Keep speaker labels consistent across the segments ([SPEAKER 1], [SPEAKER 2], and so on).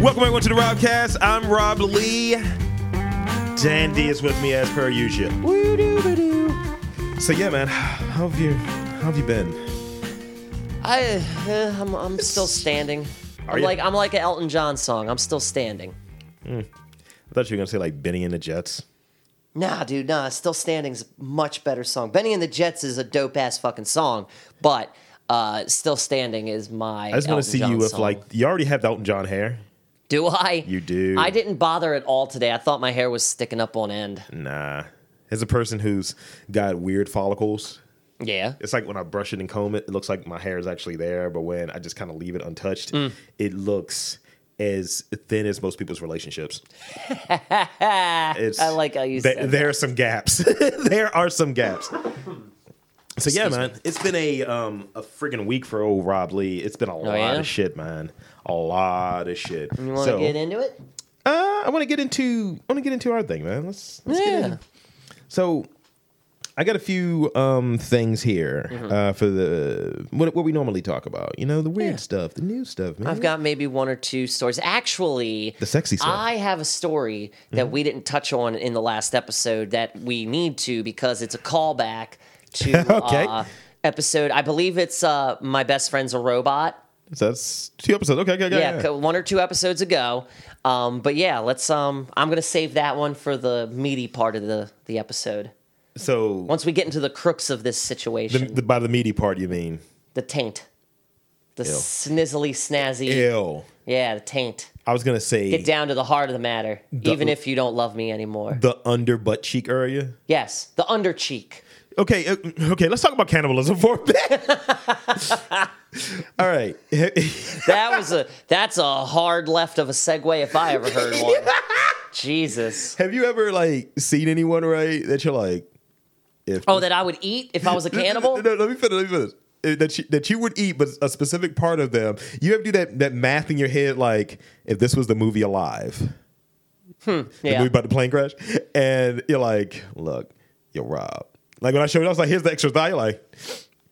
[SPEAKER 1] Welcome everyone to the Robcast. I'm Rob Lee. Dandy is with me as per usual. Woo-doo-ba-doo. So yeah, man, how have you? How have you been?
[SPEAKER 2] I, eh, I'm, I'm still standing.
[SPEAKER 1] Are
[SPEAKER 2] I'm
[SPEAKER 1] ya?
[SPEAKER 2] like I'm like an Elton John song. I'm still standing.
[SPEAKER 1] I thought you were gonna say like Benny and the Jets.
[SPEAKER 2] Nah, dude, nah. Still standing's a much better song. Benny and the Jets is a dope ass fucking song, but uh, still standing is my.
[SPEAKER 1] I just
[SPEAKER 2] want to
[SPEAKER 1] see you with like you already have the Elton John hair.
[SPEAKER 2] Do I?
[SPEAKER 1] You do.
[SPEAKER 2] I didn't bother at all today. I thought my hair was sticking up on end.
[SPEAKER 1] Nah, as a person who's got weird follicles,
[SPEAKER 2] Yeah.
[SPEAKER 1] it's like when I brush it and comb it, it looks like my hair is actually there. But when I just kind of leave it untouched, it looks as thin as most people's relationships. It's-
[SPEAKER 2] Ah, I like how you
[SPEAKER 1] Th-
[SPEAKER 2] said.
[SPEAKER 1] there are some gaps. there are some gaps. So yeah, man, it's been a um a friggin' week for old Rob Lee. It's been a lot
[SPEAKER 2] Oh, yeah?
[SPEAKER 1] of shit, man. A lot of shit.
[SPEAKER 2] you want to get into it?
[SPEAKER 1] Uh, I want to get into I want to get into our thing, man. Let's, let's get in. So I got a few um, things here
[SPEAKER 2] Mm-hmm.
[SPEAKER 1] uh, for the what, what we normally talk about. You know, the weird
[SPEAKER 2] Yeah.
[SPEAKER 1] stuff, the new stuff, man.
[SPEAKER 2] I've got maybe one or two stories. Actually,
[SPEAKER 1] The sexy stuff.
[SPEAKER 2] I have a story that we didn't touch on in the last episode that we need to because it's a callback to
[SPEAKER 1] Okay.
[SPEAKER 2] uh, episode. I believe it's uh, my best friend's a robot.
[SPEAKER 1] So that's two episodes. Okay, okay, okay.
[SPEAKER 2] Yeah,
[SPEAKER 1] yeah.
[SPEAKER 2] co- one or two episodes ago. Um, but yeah, let's. Um, I'm gonna save that one for the meaty part of the the episode.
[SPEAKER 1] So
[SPEAKER 2] Once we get into the crooks of this
[SPEAKER 1] the,
[SPEAKER 2] situation, the,
[SPEAKER 1] the, by the meaty part, you mean?
[SPEAKER 2] taint, the
[SPEAKER 1] Ew.
[SPEAKER 2] snizzly snazzy,
[SPEAKER 1] Ew.
[SPEAKER 2] yeah, the taint.
[SPEAKER 1] I was gonna say
[SPEAKER 2] Get down to the heart of the matter, even if you don't love me anymore.
[SPEAKER 1] the under butt cheek area.
[SPEAKER 2] yes, the under cheek.
[SPEAKER 1] Okay, uh, okay. Let's talk about cannibalism for a bit. All right.
[SPEAKER 2] That was a that's a hard left of a segue if I ever heard one. Jesus.
[SPEAKER 1] Have you ever like seen anyone right that you're like, if
[SPEAKER 2] Oh, that I would eat if I was a cannibal?
[SPEAKER 1] No, no, let me finish. Let me finish. Uh, That you, that you would eat, but a specific part of them. You have to do that that math in your head, like if this was the movie Alive, the
[SPEAKER 2] Yeah.
[SPEAKER 1] movie about the plane crash, and you're like, look, you're robbed. Like when I showed, it, I was like, here's the extra thigh. You're like,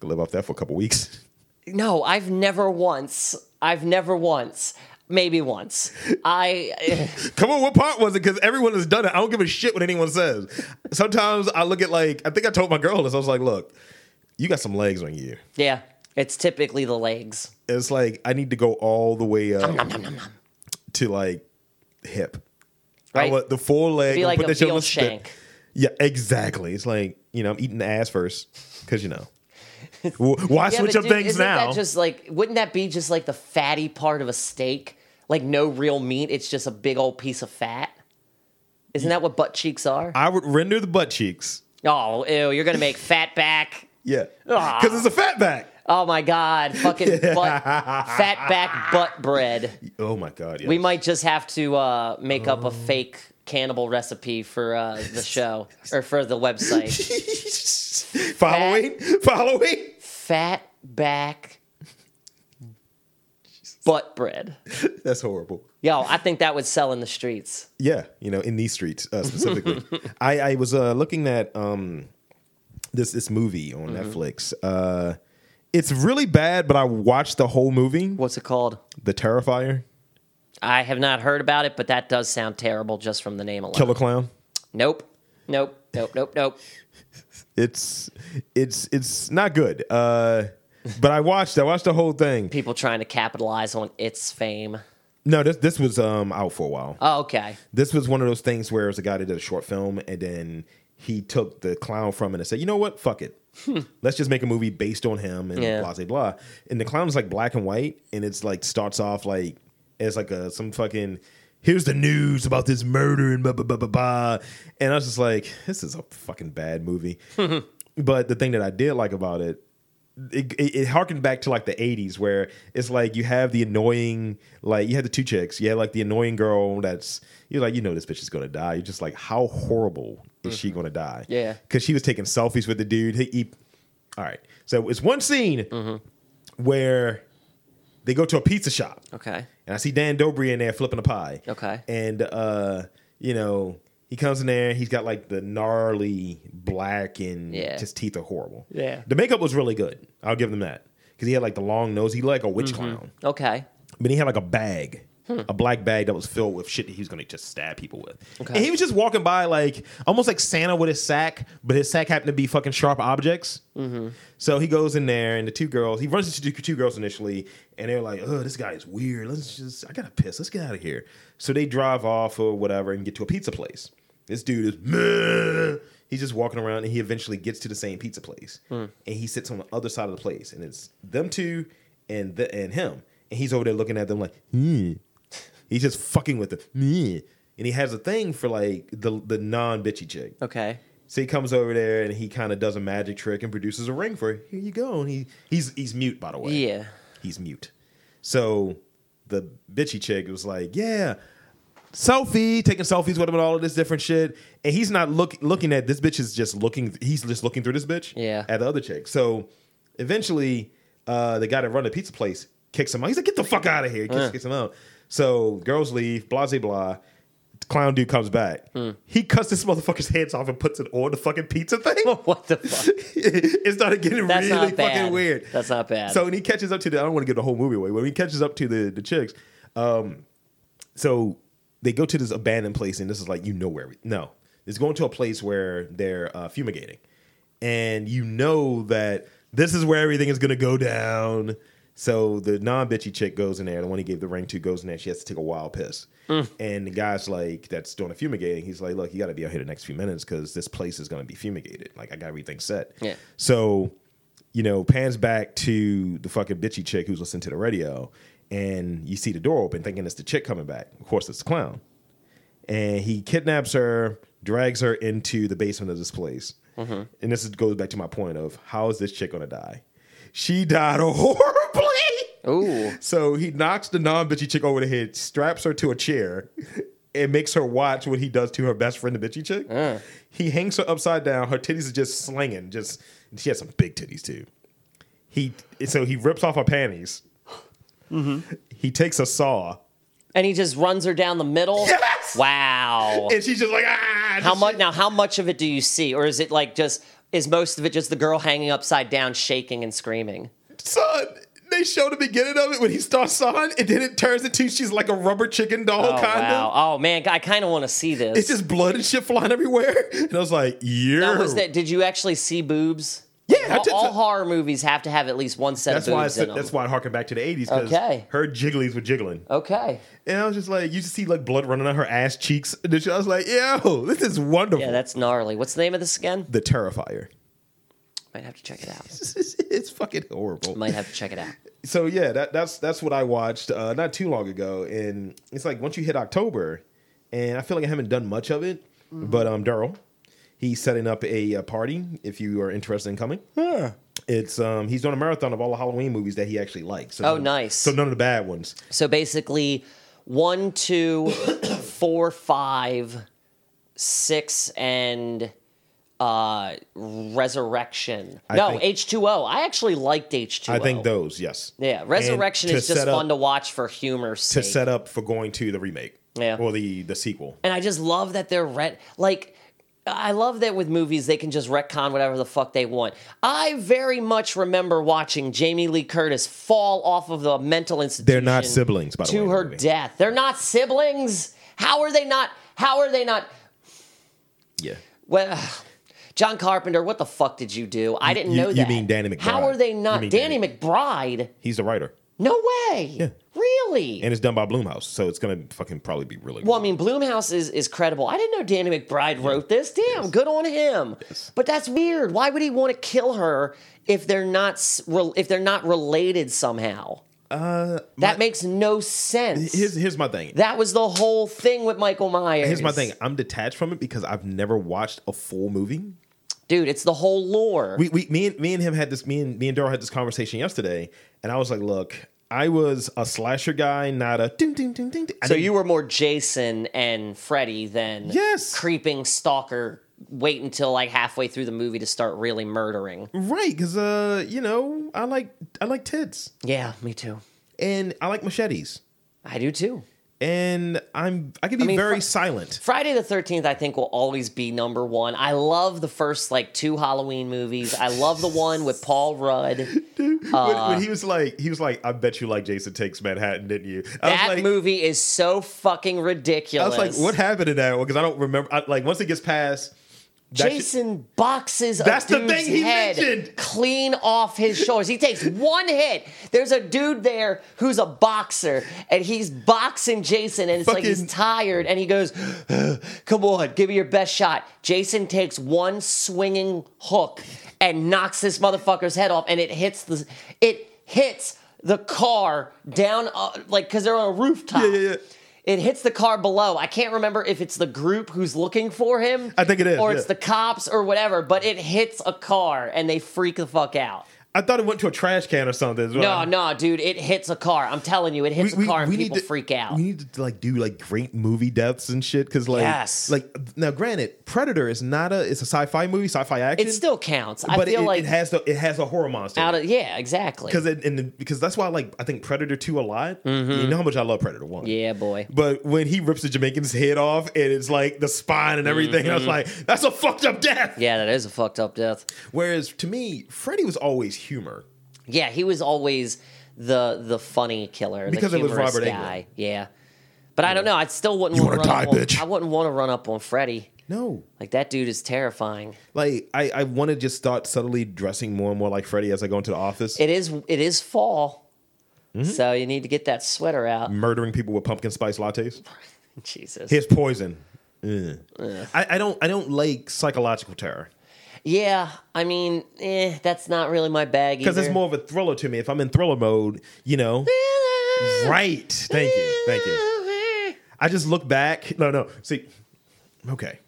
[SPEAKER 1] "Could live off that for a couple weeks.
[SPEAKER 2] No, I've never once. I've never once. Maybe once. I
[SPEAKER 1] Come on, what part was it? Because everyone has done it. I don't give a shit what anyone says. Sometimes I look at like, I think I told my girl this. I was like, look, you got some legs on you.
[SPEAKER 2] yeah, it's typically the legs.
[SPEAKER 1] It's like I need to go all the way up
[SPEAKER 2] Nom, nom, nom, nom.
[SPEAKER 1] to like hip. I
[SPEAKER 2] Right?
[SPEAKER 1] want the full leg.
[SPEAKER 2] Be
[SPEAKER 1] I'll
[SPEAKER 2] like
[SPEAKER 1] put
[SPEAKER 2] a
[SPEAKER 1] that shit on
[SPEAKER 2] veal
[SPEAKER 1] the spit.
[SPEAKER 2] shank.
[SPEAKER 1] Yeah, exactly. It's like you know, I'm eating the ass first because you know. W- Why
[SPEAKER 2] Yeah,
[SPEAKER 1] switch
[SPEAKER 2] but
[SPEAKER 1] up
[SPEAKER 2] dude,
[SPEAKER 1] things
[SPEAKER 2] isn't
[SPEAKER 1] now?
[SPEAKER 2] That just like wouldn't that be just like the fatty part of a steak? Like no real meat, it's just a big old piece of fat. Isn't that what butt cheeks are?
[SPEAKER 1] I would render the butt cheeks.
[SPEAKER 2] Oh, ew, you're gonna make fat back.
[SPEAKER 1] Yeah,
[SPEAKER 2] Ah.
[SPEAKER 1] because it's a fat back.
[SPEAKER 2] Oh my god, fucking butt, fat back butt bread.
[SPEAKER 1] Oh my god. Yes.
[SPEAKER 2] We might just have to uh, make up a fake cannibal recipe for uh, the show or for the website.
[SPEAKER 1] following, following.
[SPEAKER 2] fat back butt bread.
[SPEAKER 1] That's horrible.
[SPEAKER 2] Yo, I think that would sell in the streets.
[SPEAKER 1] Yeah, you know, in these streets uh, specifically. I, I was uh, looking at um, this this movie on Netflix. Uh, it's really bad, but I watched the whole movie,
[SPEAKER 2] What's it called?
[SPEAKER 1] The Terrifier,
[SPEAKER 2] I have not heard about it, but that does sound terrible just from the name alone.
[SPEAKER 1] Killer Clown.
[SPEAKER 2] Nope. Nope. Nope. Nope. Nope.
[SPEAKER 1] It's it's it's not good. Uh, but I watched I watched the whole thing.
[SPEAKER 2] People trying to capitalize on its fame.
[SPEAKER 1] No, this this was um out for a while.
[SPEAKER 2] Oh, okay.
[SPEAKER 1] This was one of those things where it was a guy that did a short film and then he took the clown from it and said, you know what? Fuck it. Let's just make a movie based on him and
[SPEAKER 2] Yeah.
[SPEAKER 1] blah, blah, blah. And the clown's like black and white and it's like starts off like, it's like a, some fucking, here's the news about this murder and blah, blah, blah, blah, blah. And I was just like, this is a fucking bad movie. but the thing that I did like about it it, it, it harkened back to like the 80s where it's like you have the annoying like you had the two chicks you had like the annoying girl that's you're like you know this bitch is gonna die you're just like how horrible is she gonna die
[SPEAKER 2] Yeah.
[SPEAKER 1] because she was taking selfies with the dude he, he- all right so it's one scene where they go to a pizza shop
[SPEAKER 2] Okay.
[SPEAKER 1] and I see Dan Dobry in there flipping a pie.
[SPEAKER 2] Okay.
[SPEAKER 1] And uh, you know, he comes in there, he's got like the gnarly black and
[SPEAKER 2] Yeah.
[SPEAKER 1] his teeth are horrible.
[SPEAKER 2] Yeah.
[SPEAKER 1] The makeup was really good. I'll give them that. Because he had like the long nose. He looked like a witch clown.
[SPEAKER 2] Okay.
[SPEAKER 1] But he had like a bag.
[SPEAKER 2] Hmm.
[SPEAKER 1] a black bag that was filled with shit that he was gonna just stab people with. And he was just walking by like almost like Santa with his sack, but his sack happened to be fucking sharp objects. So he goes in there, and the two girls, he runs into two, two girls initially, and they're like, "Oh, this guy is weird. Let's just, I gotta piss. Let's get out of here." So they drive off or whatever and get to a pizza place. This dude is meh. He's just walking around, and he eventually gets to the same pizza place, and he sits on the other side of the place, and it's them two and the, and him, and he's over there looking at them like, "Hmm." he's just fucking with them, "Hmm." and he has a thing for like the the non bitchy chick.
[SPEAKER 2] Okay.
[SPEAKER 1] So he comes over there and he kind of does a magic trick and produces a ring for her. Here you go. And he he's he's mute by the way.
[SPEAKER 2] Yeah.
[SPEAKER 1] He's mute. So the bitchy chick was like, "Yeah, selfie, taking selfies with him and all of this different shit." And he's not look looking at this bitch is just looking he's just looking through this bitch
[SPEAKER 2] Yeah.
[SPEAKER 1] at the other chick. So eventually uh the guy that run the pizza place kicks him out. He's like, "Get the fuck out of here." Kicks,
[SPEAKER 2] Uh.
[SPEAKER 1] kicks him out. So girls leave, blah blah blah. Clown dude comes back.
[SPEAKER 2] Hmm.
[SPEAKER 1] He cuts this motherfucker's heads off and puts it on the fucking pizza thing.
[SPEAKER 2] What the fuck?
[SPEAKER 1] it started getting
[SPEAKER 2] That's
[SPEAKER 1] really
[SPEAKER 2] not
[SPEAKER 1] fucking
[SPEAKER 2] bad.
[SPEAKER 1] weird.
[SPEAKER 2] That's not bad.
[SPEAKER 1] So when he catches up to the, I don't want to give the whole movie away. but When he catches up to the the chicks, um, so they go to this abandoned place, and this is like you know where we, no, it's going to a place where they're uh, fumigating, and you know that this is where everything is going to go down. So the non bitchy chick goes in there, the one he gave the ring to goes in there. She has to take a wild piss,
[SPEAKER 2] Mm.
[SPEAKER 1] and the guy's like, "That's doing a fumigating." He's like, "Look, you got to be out here the next few minutes because this place is going to be fumigated. Like, I got everything set."
[SPEAKER 2] Yeah.
[SPEAKER 1] So you know, pans back to the fucking bitchy chick who's listening to the radio, and you see the door open, thinking it's the chick coming back. Of course, it's the clown, and he kidnaps her, drags her into the basement of this place. And this is, goes back to my point of how is this chick gonna die? She died horribly.
[SPEAKER 2] Ooh.
[SPEAKER 1] So he knocks the non bitchy chick over the head, straps her to a chair, and makes her watch what he does to her best friend, the bitchy chick.
[SPEAKER 2] Uh.
[SPEAKER 1] He hangs her upside down. Her titties are just slinging. Just she has some big titties too. He so he rips off her panties.
[SPEAKER 2] Mm-hmm.
[SPEAKER 1] He takes a saw,
[SPEAKER 2] And he just runs her down the middle.
[SPEAKER 1] Yes!
[SPEAKER 2] Wow.
[SPEAKER 1] and she's just like ah.
[SPEAKER 2] how
[SPEAKER 1] Just-
[SPEAKER 2] much now? How much of it do you see, or is it like just is most of it just the girl hanging upside down, shaking and screaming?
[SPEAKER 1] son? They show the beginning of it when he starts sawing, and then it turns into she's like a rubber chicken doll
[SPEAKER 2] Oh
[SPEAKER 1] kind
[SPEAKER 2] wow!
[SPEAKER 1] of.
[SPEAKER 2] Oh man, I kind of want to see this.
[SPEAKER 1] It's just blood and shit flying everywhere, and I was like,
[SPEAKER 2] Now,
[SPEAKER 1] "Yeah,
[SPEAKER 2] was that, did you actually see boobs?
[SPEAKER 1] Yeah, I
[SPEAKER 2] all,
[SPEAKER 1] did-
[SPEAKER 2] all horror movies have to have at least one set
[SPEAKER 1] That's
[SPEAKER 2] of boobs
[SPEAKER 1] why I
[SPEAKER 2] in
[SPEAKER 1] said,
[SPEAKER 2] them.
[SPEAKER 1] that's why I harken back to the eighties because
[SPEAKER 2] Okay.
[SPEAKER 1] her jigglies were jiggling,
[SPEAKER 2] Okay,
[SPEAKER 1] and I was just like, you just see like blood running on her ass cheeks. And I was like, yo, this is wonderful.
[SPEAKER 2] yeah, that's gnarly. What's the name of this again?
[SPEAKER 1] the Terrifier.
[SPEAKER 2] Might have to check it out.
[SPEAKER 1] it's fucking horrible.
[SPEAKER 2] Might have to check it out.
[SPEAKER 1] so yeah, that, that's that's what I watched uh, not too long ago, and it's like once you hit October, and I feel like I haven't done much of it,
[SPEAKER 2] Mm-hmm.
[SPEAKER 1] but um, Daryl, he's setting up a, uh party if you are interested in coming. It's um, he's doing a marathon of all the Halloween movies that he actually likes. So
[SPEAKER 2] Oh, nice.
[SPEAKER 1] So none of the bad ones.
[SPEAKER 2] So basically, one, two, four, five, six, and uh resurrection.
[SPEAKER 1] I
[SPEAKER 2] no,
[SPEAKER 1] think-
[SPEAKER 2] H two O. I actually liked H two O.
[SPEAKER 1] I think those, yes.
[SPEAKER 2] Yeah, resurrection
[SPEAKER 1] And
[SPEAKER 2] is
[SPEAKER 1] to
[SPEAKER 2] just
[SPEAKER 1] set up-
[SPEAKER 2] fun to watch for humor's
[SPEAKER 1] to
[SPEAKER 2] sake.
[SPEAKER 1] set up for going to the remake.
[SPEAKER 2] Yeah.
[SPEAKER 1] Or the the sequel.
[SPEAKER 2] And I just love that they're ret- like I love that with movies they can just retcon whatever the fuck they want. I very much remember watching Jamie Lee Curtis fall off of the mental institution.
[SPEAKER 1] They're not siblings, by the way,
[SPEAKER 2] To
[SPEAKER 1] in the
[SPEAKER 2] her
[SPEAKER 1] movie.
[SPEAKER 2] death, they're not siblings. How are they not? How are they not?
[SPEAKER 1] Yeah.
[SPEAKER 2] Well, John Carpenter, what the fuck did you do? I didn't
[SPEAKER 1] you-
[SPEAKER 2] know
[SPEAKER 1] you
[SPEAKER 2] that.
[SPEAKER 1] mean Danny
[SPEAKER 2] How
[SPEAKER 1] McBride.
[SPEAKER 2] are they
[SPEAKER 1] You
[SPEAKER 2] not?
[SPEAKER 1] mean
[SPEAKER 2] Danny,
[SPEAKER 1] Danny-
[SPEAKER 2] McBride?
[SPEAKER 1] He's the writer.
[SPEAKER 2] No way. Really?
[SPEAKER 1] And it's done by Bloomhouse, so it's gonna fucking probably be really
[SPEAKER 2] Well, I mean, Bloomhouse is is credible. I didn't know Danny McBride wrote this. Damn, good on him. But that's weird. Why would he want to kill her if they're not s- rel- if they're not related somehow? Uh, that makes no sense.
[SPEAKER 1] here's here's my thing.
[SPEAKER 2] that was the whole thing with Michael Myers.
[SPEAKER 1] Here's my thing. I'm detached from it because I've never watched a full movie.
[SPEAKER 2] dude. It's the whole lore.
[SPEAKER 1] We, we me and me and him had this me and me and Daryl had this conversation yesterday, and I was like, look, I was a slasher guy, not a ding ding ding ding. ding. I
[SPEAKER 2] so
[SPEAKER 1] didn't-
[SPEAKER 2] you were more Jason and Freddy than
[SPEAKER 1] Yes.
[SPEAKER 2] creeping stalker. Wait until like halfway through the movie to start really murdering.
[SPEAKER 1] right? Because uh, you know, I like I like tits
[SPEAKER 2] Yeah, me too.
[SPEAKER 1] and I like machetes.
[SPEAKER 2] I do too.
[SPEAKER 1] and I'm I can be
[SPEAKER 2] mean,
[SPEAKER 1] very
[SPEAKER 2] fu-
[SPEAKER 1] silent.
[SPEAKER 2] Friday the 13th, I think, will always be number one. I love the first like two Halloween movies. I love the one with Paul Rudd.
[SPEAKER 1] When- when,
[SPEAKER 2] Uh,
[SPEAKER 1] he was like, he was like, I bet you like Jason Takes Manhattan, didn't you? I
[SPEAKER 2] That
[SPEAKER 1] was like,
[SPEAKER 2] movie is so fucking
[SPEAKER 1] I
[SPEAKER 2] ridiculous.
[SPEAKER 1] was like, what happened to that one? Because I don't remember. I, like once it gets past, that shit-
[SPEAKER 2] Jason boxes
[SPEAKER 1] That's the
[SPEAKER 2] a dude's
[SPEAKER 1] thing he
[SPEAKER 2] head
[SPEAKER 1] mentioned.
[SPEAKER 2] clean off his shoulders. He takes one hit. There's a dude there who's a boxer, and he's boxing Jason, and it's like he's
[SPEAKER 1] Fucking-
[SPEAKER 2] tired, and he goes, "Come on, give me your best shot." Jason takes one swinging hook and knocks this motherfucker's head off, and it hits the it hits the car down uh, like because they're on a rooftop.
[SPEAKER 1] yeah, yeah.
[SPEAKER 2] It hits the car below. I can't remember if it's the group who's looking for him.
[SPEAKER 1] I think it is,
[SPEAKER 2] Or it's
[SPEAKER 1] yeah.
[SPEAKER 2] the cops or whatever, but it hits a car and they freak the fuck out.
[SPEAKER 1] I thought it went to a trash can or something. is what
[SPEAKER 2] No,
[SPEAKER 1] I-
[SPEAKER 2] no, dude, it hits a car. I'm telling you, it hits a car and people
[SPEAKER 1] to,
[SPEAKER 2] freak out.
[SPEAKER 1] We need to like do like great movie deaths and shit because like
[SPEAKER 2] Yes.
[SPEAKER 1] like now granted, Predator is not a it's a sci-fi movie, sci-fi action.
[SPEAKER 2] it still counts. I
[SPEAKER 1] but
[SPEAKER 2] feel
[SPEAKER 1] it,
[SPEAKER 2] like
[SPEAKER 1] it has the it has a horror monster.
[SPEAKER 2] out of yeah, exactly.
[SPEAKER 1] because it, and the- because that's why I like I think Predator Two a lot. You know how much I love Predator One.
[SPEAKER 2] Mm-hmm. Yeah, boy.
[SPEAKER 1] But when he rips the Jamaican's head off and it's like the spine and everything, I was like, that's a fucked up death.
[SPEAKER 2] Mm-hmm. Yeah, that is a fucked up death.
[SPEAKER 1] Whereas to me, Freddy was always humor.
[SPEAKER 2] Yeah, he was always the the funny killer,
[SPEAKER 1] Because
[SPEAKER 2] the
[SPEAKER 1] it was
[SPEAKER 2] humorous
[SPEAKER 1] Robert Englund.
[SPEAKER 2] guy. Yeah, but I don't know. I still wouldn't.
[SPEAKER 1] You
[SPEAKER 2] want to
[SPEAKER 1] wanna die,
[SPEAKER 2] up on,
[SPEAKER 1] bitch.
[SPEAKER 2] I wouldn't want to run up on Freddy.
[SPEAKER 1] No.
[SPEAKER 2] Like that dude is terrifying.
[SPEAKER 1] Like I, I want to just start subtly dressing more and more like Freddy as I go into the office.
[SPEAKER 2] It is it is fall,
[SPEAKER 1] Mm-hmm.
[SPEAKER 2] so you need to get that sweater out.
[SPEAKER 1] murdering people with pumpkin spice lattes.
[SPEAKER 2] Jesus.
[SPEAKER 1] Here's poison. Ugh. I, I don't I don't like psychological terror
[SPEAKER 2] Yeah, I mean, eh, that's not really my bag either.
[SPEAKER 1] because it's more of a thriller to me. If I'm in thriller mode, you know. Right. Thank you. Thank you. I just look back. No, no. See, okay.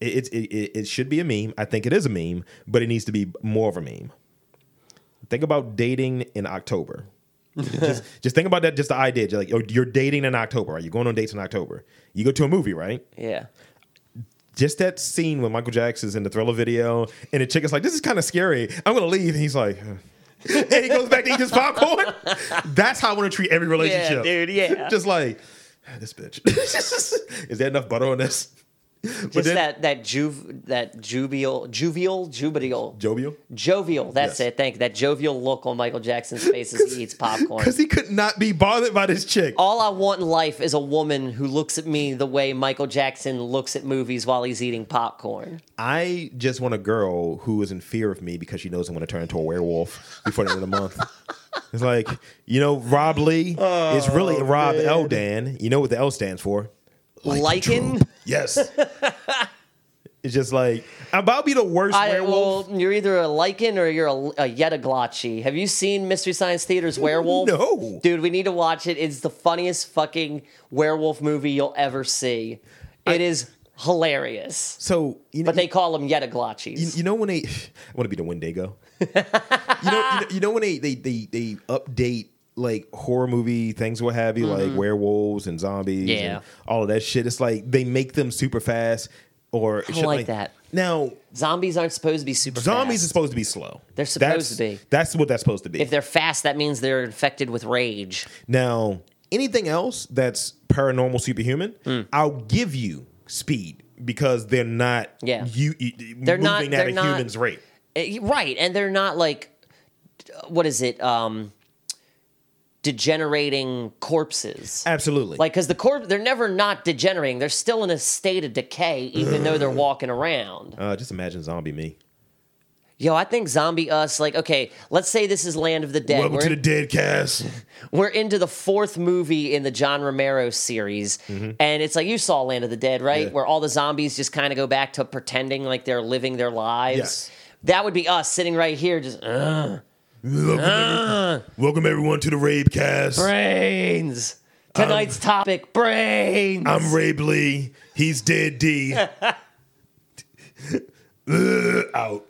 [SPEAKER 1] It, it, it, it should be a meme. I think it is a meme, but it needs to be more of a meme. Think about dating in October. just, just think about that. Just the idea. You're like, oh, you're dating in October. Are you going on dates in October? You go to a movie, right?
[SPEAKER 2] Yeah.
[SPEAKER 1] Just that scene when Michael Jackson's in the Thriller video, and the chick is like, "This is kind of scary. I'm gonna leave." And he's like, "Huh." and he goes back to eat his popcorn. That's how I want to treat every relationship,
[SPEAKER 2] Yeah, dude. Yeah. just
[SPEAKER 1] just like "Ah, this bitch. Is there enough butter on this? But then-
[SPEAKER 2] that that juve that juvial juvial jubial
[SPEAKER 1] jovial
[SPEAKER 2] jovial. That's
[SPEAKER 1] Yes.
[SPEAKER 2] it. Thank you. That jovial look on Michael Jackson's face as he eats popcorn.
[SPEAKER 1] because he could not be bothered by this chick.
[SPEAKER 2] All I want in life is a woman who looks at me the way Michael Jackson looks at movies while he's eating popcorn.
[SPEAKER 1] I just want a girl who is in fear of me because she knows I'm going to turn into a werewolf before the end of the month. It's like you know, Rob Lee.
[SPEAKER 2] Oh,
[SPEAKER 1] it's really Rob L. Dan. You know what the L stands for?
[SPEAKER 2] Lichen.
[SPEAKER 1] Yes. it's just like I'm about to be the worst
[SPEAKER 2] I,
[SPEAKER 1] werewolf.
[SPEAKER 2] well, you're either a lichen or you're a, a yetaglotchy. Have you seen Mystery Science Theater's Werewolf?
[SPEAKER 1] No.
[SPEAKER 2] dude, we need to watch it. It's the funniest fucking werewolf movie you'll ever see. It is hilarious.
[SPEAKER 1] So you know,
[SPEAKER 2] But they call them
[SPEAKER 1] you,
[SPEAKER 2] yetaglotchies.
[SPEAKER 1] you know when they I want to be the Wendigo. you, know, you know, you know when they they they they update like horror movie things, what have you, like werewolves and zombies,
[SPEAKER 2] Mm-hmm. Yeah.
[SPEAKER 1] and all of that shit. It's like they make them super fast, or I
[SPEAKER 2] don't like that.
[SPEAKER 1] Now
[SPEAKER 2] Zombies aren't supposed to be super.
[SPEAKER 1] zombies
[SPEAKER 2] fast.
[SPEAKER 1] are supposed to be slow.
[SPEAKER 2] They're supposed to
[SPEAKER 1] That's-
[SPEAKER 2] be.
[SPEAKER 1] That's what that's supposed to be.
[SPEAKER 2] if they're fast, that means they're infected with rage.
[SPEAKER 1] Now, anything else that's paranormal, superhuman,
[SPEAKER 2] Hmm.
[SPEAKER 1] I'll give you speed because they're not
[SPEAKER 2] Yeah.
[SPEAKER 1] you, you-
[SPEAKER 2] They're
[SPEAKER 1] moving
[SPEAKER 2] not-
[SPEAKER 1] at
[SPEAKER 2] they're
[SPEAKER 1] a
[SPEAKER 2] not-
[SPEAKER 1] human's rate.
[SPEAKER 2] Eh, Right, and they're not like what is it? Um degenerating corpses.
[SPEAKER 1] Absolutely.
[SPEAKER 2] Like, because the corpse, they're never not degenerating. They're still in a state of decay, even though they're walking around.
[SPEAKER 1] uh, just imagine zombie me.
[SPEAKER 2] Yo, I think zombie us, like, okay, let's say this is Land of the Dead.
[SPEAKER 1] Welcome
[SPEAKER 2] We're,
[SPEAKER 1] to the dead cast.
[SPEAKER 2] we're into the fourth movie in the John Romero series. And it's like, you saw Land of the Dead, right?
[SPEAKER 1] Mm-hmm. Yeah.
[SPEAKER 2] Where all the zombies just kind of go back to pretending like they're living their lives.
[SPEAKER 1] Yes.
[SPEAKER 2] That would be us sitting right here, just, "Uh, "Ugh,
[SPEAKER 1] Welcome,
[SPEAKER 2] Ah.
[SPEAKER 1] every- welcome everyone to the Rabe cast.
[SPEAKER 2] brains.
[SPEAKER 1] Um,
[SPEAKER 2] Tonight's topic, brains.
[SPEAKER 1] I'm Rabe Lee. He's dead D. Uh, Ugh, out.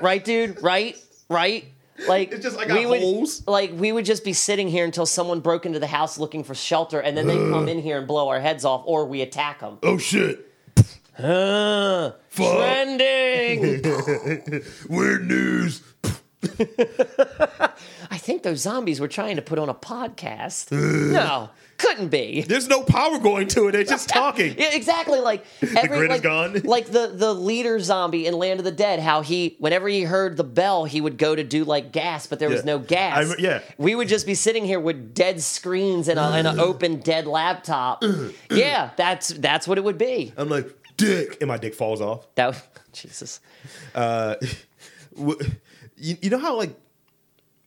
[SPEAKER 2] right, dude? Right? Right? Like
[SPEAKER 1] It's just I got holes.
[SPEAKER 2] would like we would just be sitting here until someone broke into the house looking for shelter, and then they come in here and blow our heads off, or we attack them.
[SPEAKER 1] Oh shit.
[SPEAKER 2] Uh,
[SPEAKER 1] Fuck.
[SPEAKER 2] trending.
[SPEAKER 1] Weird news.
[SPEAKER 2] I think those zombies were trying to put on a podcast. no, couldn't be.
[SPEAKER 1] There's no power going to it. They're just talking.
[SPEAKER 2] Yeah, exactly. Like every,
[SPEAKER 1] grid is
[SPEAKER 2] like,
[SPEAKER 1] gone.
[SPEAKER 2] like the the leader zombie in Land of the Dead. How he, whenever he heard the bell, he would go to do like gas, but there was
[SPEAKER 1] Yeah.
[SPEAKER 2] no
[SPEAKER 1] I
[SPEAKER 2] gas.
[SPEAKER 1] rem- yeah.
[SPEAKER 2] we would just be sitting here with dead screens and a and an open dead laptop. yeah, that's that's what it would be.
[SPEAKER 1] I'm like, dick, and my dick falls off.
[SPEAKER 2] That would- Jesus.
[SPEAKER 1] Uh, w- you, you know how like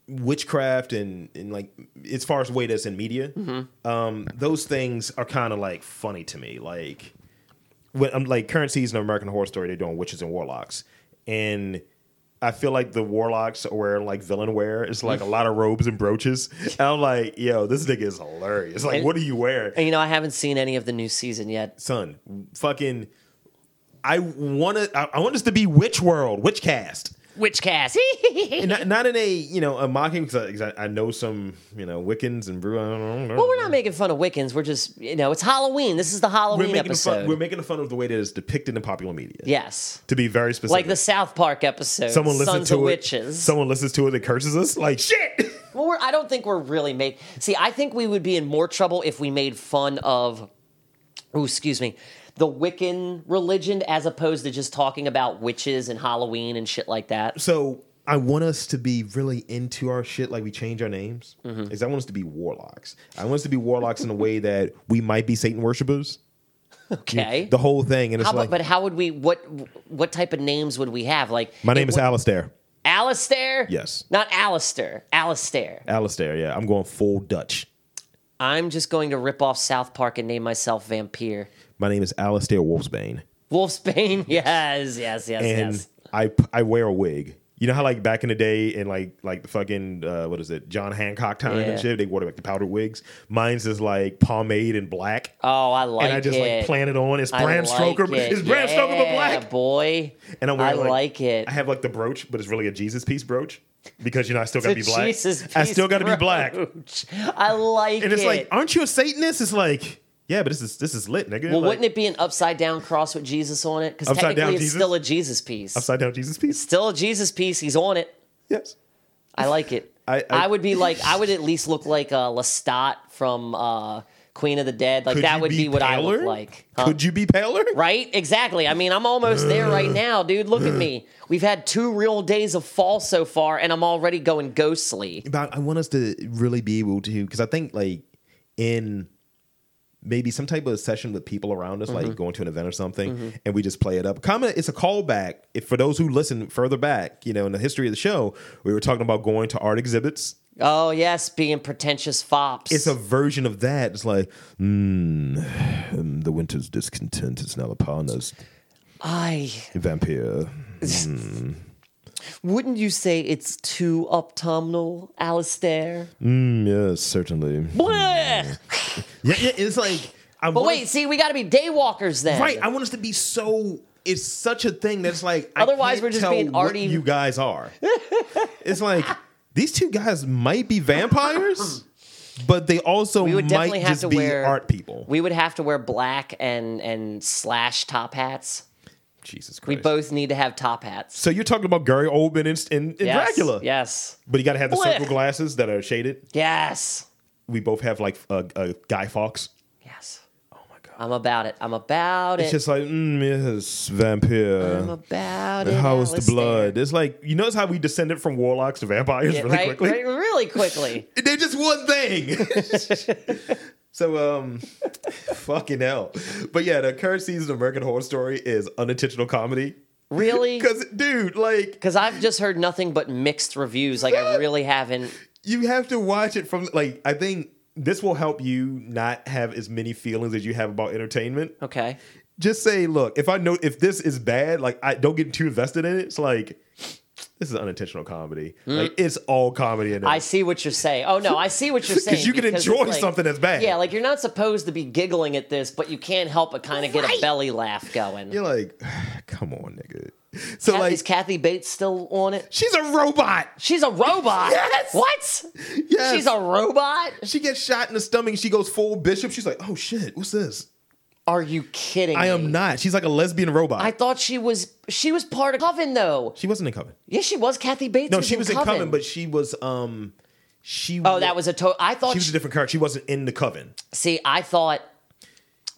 [SPEAKER 1] witchcraft and and like as far as way that's in media, um, those things are kind of like funny to me. Like when I'm like current season of American Horror Story, they're doing witches and warlocks, and I feel like the warlocks are wearing like villain wear. It's like a lot of robes and brooches. And I'm like, yo, this nigga is hilarious. Like,
[SPEAKER 2] And-
[SPEAKER 1] what do you wear?
[SPEAKER 2] And you know, I haven't seen any of the new season yet.
[SPEAKER 1] son, fucking. I want to. I I want us to be Witch World, Witch Cast,
[SPEAKER 2] Witchcast.
[SPEAKER 1] and not, not in a you know a mocking because I, 'cause I, I know some you know Wiccans and brew. I don't know.
[SPEAKER 2] well, we're not making fun of Wiccans. We're just you know, it's Halloween. This is the Halloween
[SPEAKER 1] making
[SPEAKER 2] episode.
[SPEAKER 1] fun. We're making fun of the way that it's depicted in popular media.
[SPEAKER 2] yes.
[SPEAKER 1] To be very specific,
[SPEAKER 2] Like the South Park episode,
[SPEAKER 1] someone listens
[SPEAKER 2] Sons
[SPEAKER 1] to
[SPEAKER 2] of
[SPEAKER 1] it.
[SPEAKER 2] Witches.
[SPEAKER 1] Someone listens to it and curses us like shit.
[SPEAKER 2] Well, we're, I don't think we're really made. See, I think we would be in more trouble if we made fun of. Oh, excuse me. The Wiccan religion, as opposed to just talking about witches and Halloween and shit like that.
[SPEAKER 1] So I want us to be really into our shit, like we change our names.
[SPEAKER 2] Mm-hmm.
[SPEAKER 1] Is I want us to be warlocks. I want us to be warlocks in a way that we might be Satan worshippers.
[SPEAKER 2] Okay.
[SPEAKER 1] The whole thing, and it's
[SPEAKER 2] how,
[SPEAKER 1] like
[SPEAKER 2] about but how would we? What what type of names would we have? Like
[SPEAKER 1] my name
[SPEAKER 2] it
[SPEAKER 1] is
[SPEAKER 2] would-
[SPEAKER 1] Alistair.
[SPEAKER 2] Alistair.
[SPEAKER 1] Yes.
[SPEAKER 2] Not Alistair. Alistair.
[SPEAKER 1] Alistair, yeah. I'm going full Dutch.
[SPEAKER 2] I'm just going to rip off South Park and name myself Vampire.
[SPEAKER 1] My name is Alistair Wolfsbane.
[SPEAKER 2] Wolfsbane. Yes. Yes. Yes.
[SPEAKER 1] And
[SPEAKER 2] yes.
[SPEAKER 1] I I wear a wig. You know how like back in the day in like like the fucking uh, what is it, John Hancock time
[SPEAKER 2] Yeah.
[SPEAKER 1] and shit, they wore like the powdered wigs. Mine's is like pomade and black.
[SPEAKER 2] Oh, I like it.
[SPEAKER 1] and I just like plant it on. It's
[SPEAKER 2] I
[SPEAKER 1] Bram
[SPEAKER 2] like
[SPEAKER 1] Stoker.
[SPEAKER 2] it.
[SPEAKER 1] It's Bram Stoker but
[SPEAKER 2] Yeah,
[SPEAKER 1] black.
[SPEAKER 2] boy.
[SPEAKER 1] And I'm wearing
[SPEAKER 2] I like it.
[SPEAKER 1] I have like the brooch, but it's really a Jesus piece brooch because you know I still
[SPEAKER 2] The
[SPEAKER 1] gotta be black.
[SPEAKER 2] Jesus
[SPEAKER 1] I
[SPEAKER 2] piece
[SPEAKER 1] still gotta be black.
[SPEAKER 2] brooch. I like
[SPEAKER 1] And it's
[SPEAKER 2] it.
[SPEAKER 1] like, aren't you a Satanist? It's like, yeah, but this is this is lit, nigga.
[SPEAKER 2] well,
[SPEAKER 1] like,
[SPEAKER 2] wouldn't it be an upside down cross with Jesus on it? Because
[SPEAKER 1] Upside
[SPEAKER 2] technically,
[SPEAKER 1] down
[SPEAKER 2] it's
[SPEAKER 1] Jesus?
[SPEAKER 2] still a Jesus piece.
[SPEAKER 1] upside down Jesus piece?
[SPEAKER 2] Still a Jesus piece. He's on it.
[SPEAKER 1] Yes.
[SPEAKER 2] I like it.
[SPEAKER 1] I- I-
[SPEAKER 2] would be like, I would at least look like uh, Lestat from uh, Queen of the Dead. Like
[SPEAKER 1] Could
[SPEAKER 2] that
[SPEAKER 1] you
[SPEAKER 2] would be,
[SPEAKER 1] be
[SPEAKER 2] what I look
[SPEAKER 1] paler?
[SPEAKER 2] like. Huh?
[SPEAKER 1] Could you be paler?
[SPEAKER 2] Right? Exactly. I mean, I'm almost there right now, dude. Look at me. We've had two real days of fall so far, and I'm already going ghostly.
[SPEAKER 1] But I want us to really be able to because I think like in maybe some type of session with people around us, like going to an event or something, and we just play it up. Kind of, it's a callback. If for those who listen further back, you know, in the history of the show, we were talking about going to art exhibits.
[SPEAKER 2] Oh yes, being pretentious fops.
[SPEAKER 1] It's a version of that. It's like, mm, um, the winter's discontent is now upon us,
[SPEAKER 2] I
[SPEAKER 1] vampire.
[SPEAKER 2] wouldn't you say it's too autumnal, Alistair?
[SPEAKER 1] Mm, yes, certainly.
[SPEAKER 2] Blech!
[SPEAKER 1] Yeah, yeah, it's like. I
[SPEAKER 2] But wait, see, we got to be daywalkers then.
[SPEAKER 1] Right. I want us to be so. It's such a thing that's like. I
[SPEAKER 2] Otherwise,
[SPEAKER 1] can't
[SPEAKER 2] we're just
[SPEAKER 1] tell
[SPEAKER 2] being
[SPEAKER 1] what
[SPEAKER 2] arty-
[SPEAKER 1] You guys are. it's like these two guys might be vampires, but they also
[SPEAKER 2] would
[SPEAKER 1] might
[SPEAKER 2] definitely have
[SPEAKER 1] just
[SPEAKER 2] to
[SPEAKER 1] be
[SPEAKER 2] wear-
[SPEAKER 1] art people.
[SPEAKER 2] We would have to wear black and and slash top hats.
[SPEAKER 1] Jesus
[SPEAKER 2] We
[SPEAKER 1] Christ.
[SPEAKER 2] both need to have top hats.
[SPEAKER 1] so you're talking about Gary Oldman and, and, and
[SPEAKER 2] Yes,
[SPEAKER 1] Dracula,
[SPEAKER 2] Yes.
[SPEAKER 1] But you got to have the
[SPEAKER 2] Blech.
[SPEAKER 1] circle glasses that are shaded.
[SPEAKER 2] Yes.
[SPEAKER 1] We both have like a, a Guy Fox.
[SPEAKER 2] Yes.
[SPEAKER 1] Oh my god.
[SPEAKER 2] I'm about it. I'm about it.
[SPEAKER 1] It's just like mm, yes, vampire.
[SPEAKER 2] I'm about it.
[SPEAKER 1] how is the
[SPEAKER 2] Alistair.
[SPEAKER 1] blood? It's like you notice how we descended from warlocks to vampires really
[SPEAKER 2] right,
[SPEAKER 1] quickly.
[SPEAKER 2] right, really quickly.
[SPEAKER 1] They're just one thing. so, um, fucking hell. But yeah, the current season of American Horror Story is unintentional comedy.
[SPEAKER 2] Really?
[SPEAKER 1] Because, dude, like,
[SPEAKER 2] Because I've just heard nothing but mixed reviews. Like I really haven't.
[SPEAKER 1] you have to watch it from, like, I think this will help you not have as many feelings as you have about entertainment.
[SPEAKER 2] Okay.
[SPEAKER 1] Just say, look, if I know, if this is bad, like, I don't get too invested in it. It's like, this is unintentional comedy. Like, it's all comedy in it.
[SPEAKER 2] Mm. I see what you're saying. Oh no, I see what you're saying.
[SPEAKER 1] you can
[SPEAKER 2] it's
[SPEAKER 1] enjoy
[SPEAKER 2] like-
[SPEAKER 1] something that's bad.
[SPEAKER 2] Yeah, like you're not supposed to be giggling at this, but you can't help but kind of get a belly laugh going.
[SPEAKER 1] You're like, come on, nigga. So,
[SPEAKER 2] Kath-
[SPEAKER 1] like,
[SPEAKER 2] is Kathy Bates still on it?
[SPEAKER 1] she's a robot.
[SPEAKER 2] She's a robot.
[SPEAKER 1] Yes!
[SPEAKER 2] What?
[SPEAKER 1] Yes.
[SPEAKER 2] She's a robot?
[SPEAKER 1] She gets shot in the stomach. She goes full bishop. She's like, oh shit, what's this?
[SPEAKER 2] Are you kidding?
[SPEAKER 1] I
[SPEAKER 2] me?
[SPEAKER 1] am not. She's like a lesbian robot.
[SPEAKER 2] I thought she was. She was part of Coven though.
[SPEAKER 1] she wasn't in Coven.
[SPEAKER 2] Yeah, she was. Kathy Bates.
[SPEAKER 1] No, she was in Coven.
[SPEAKER 2] Coven
[SPEAKER 1] but she was um She
[SPEAKER 2] Oh, that was a to- I thought
[SPEAKER 1] she was a different character. She wasn't in the coven.
[SPEAKER 2] See, I thought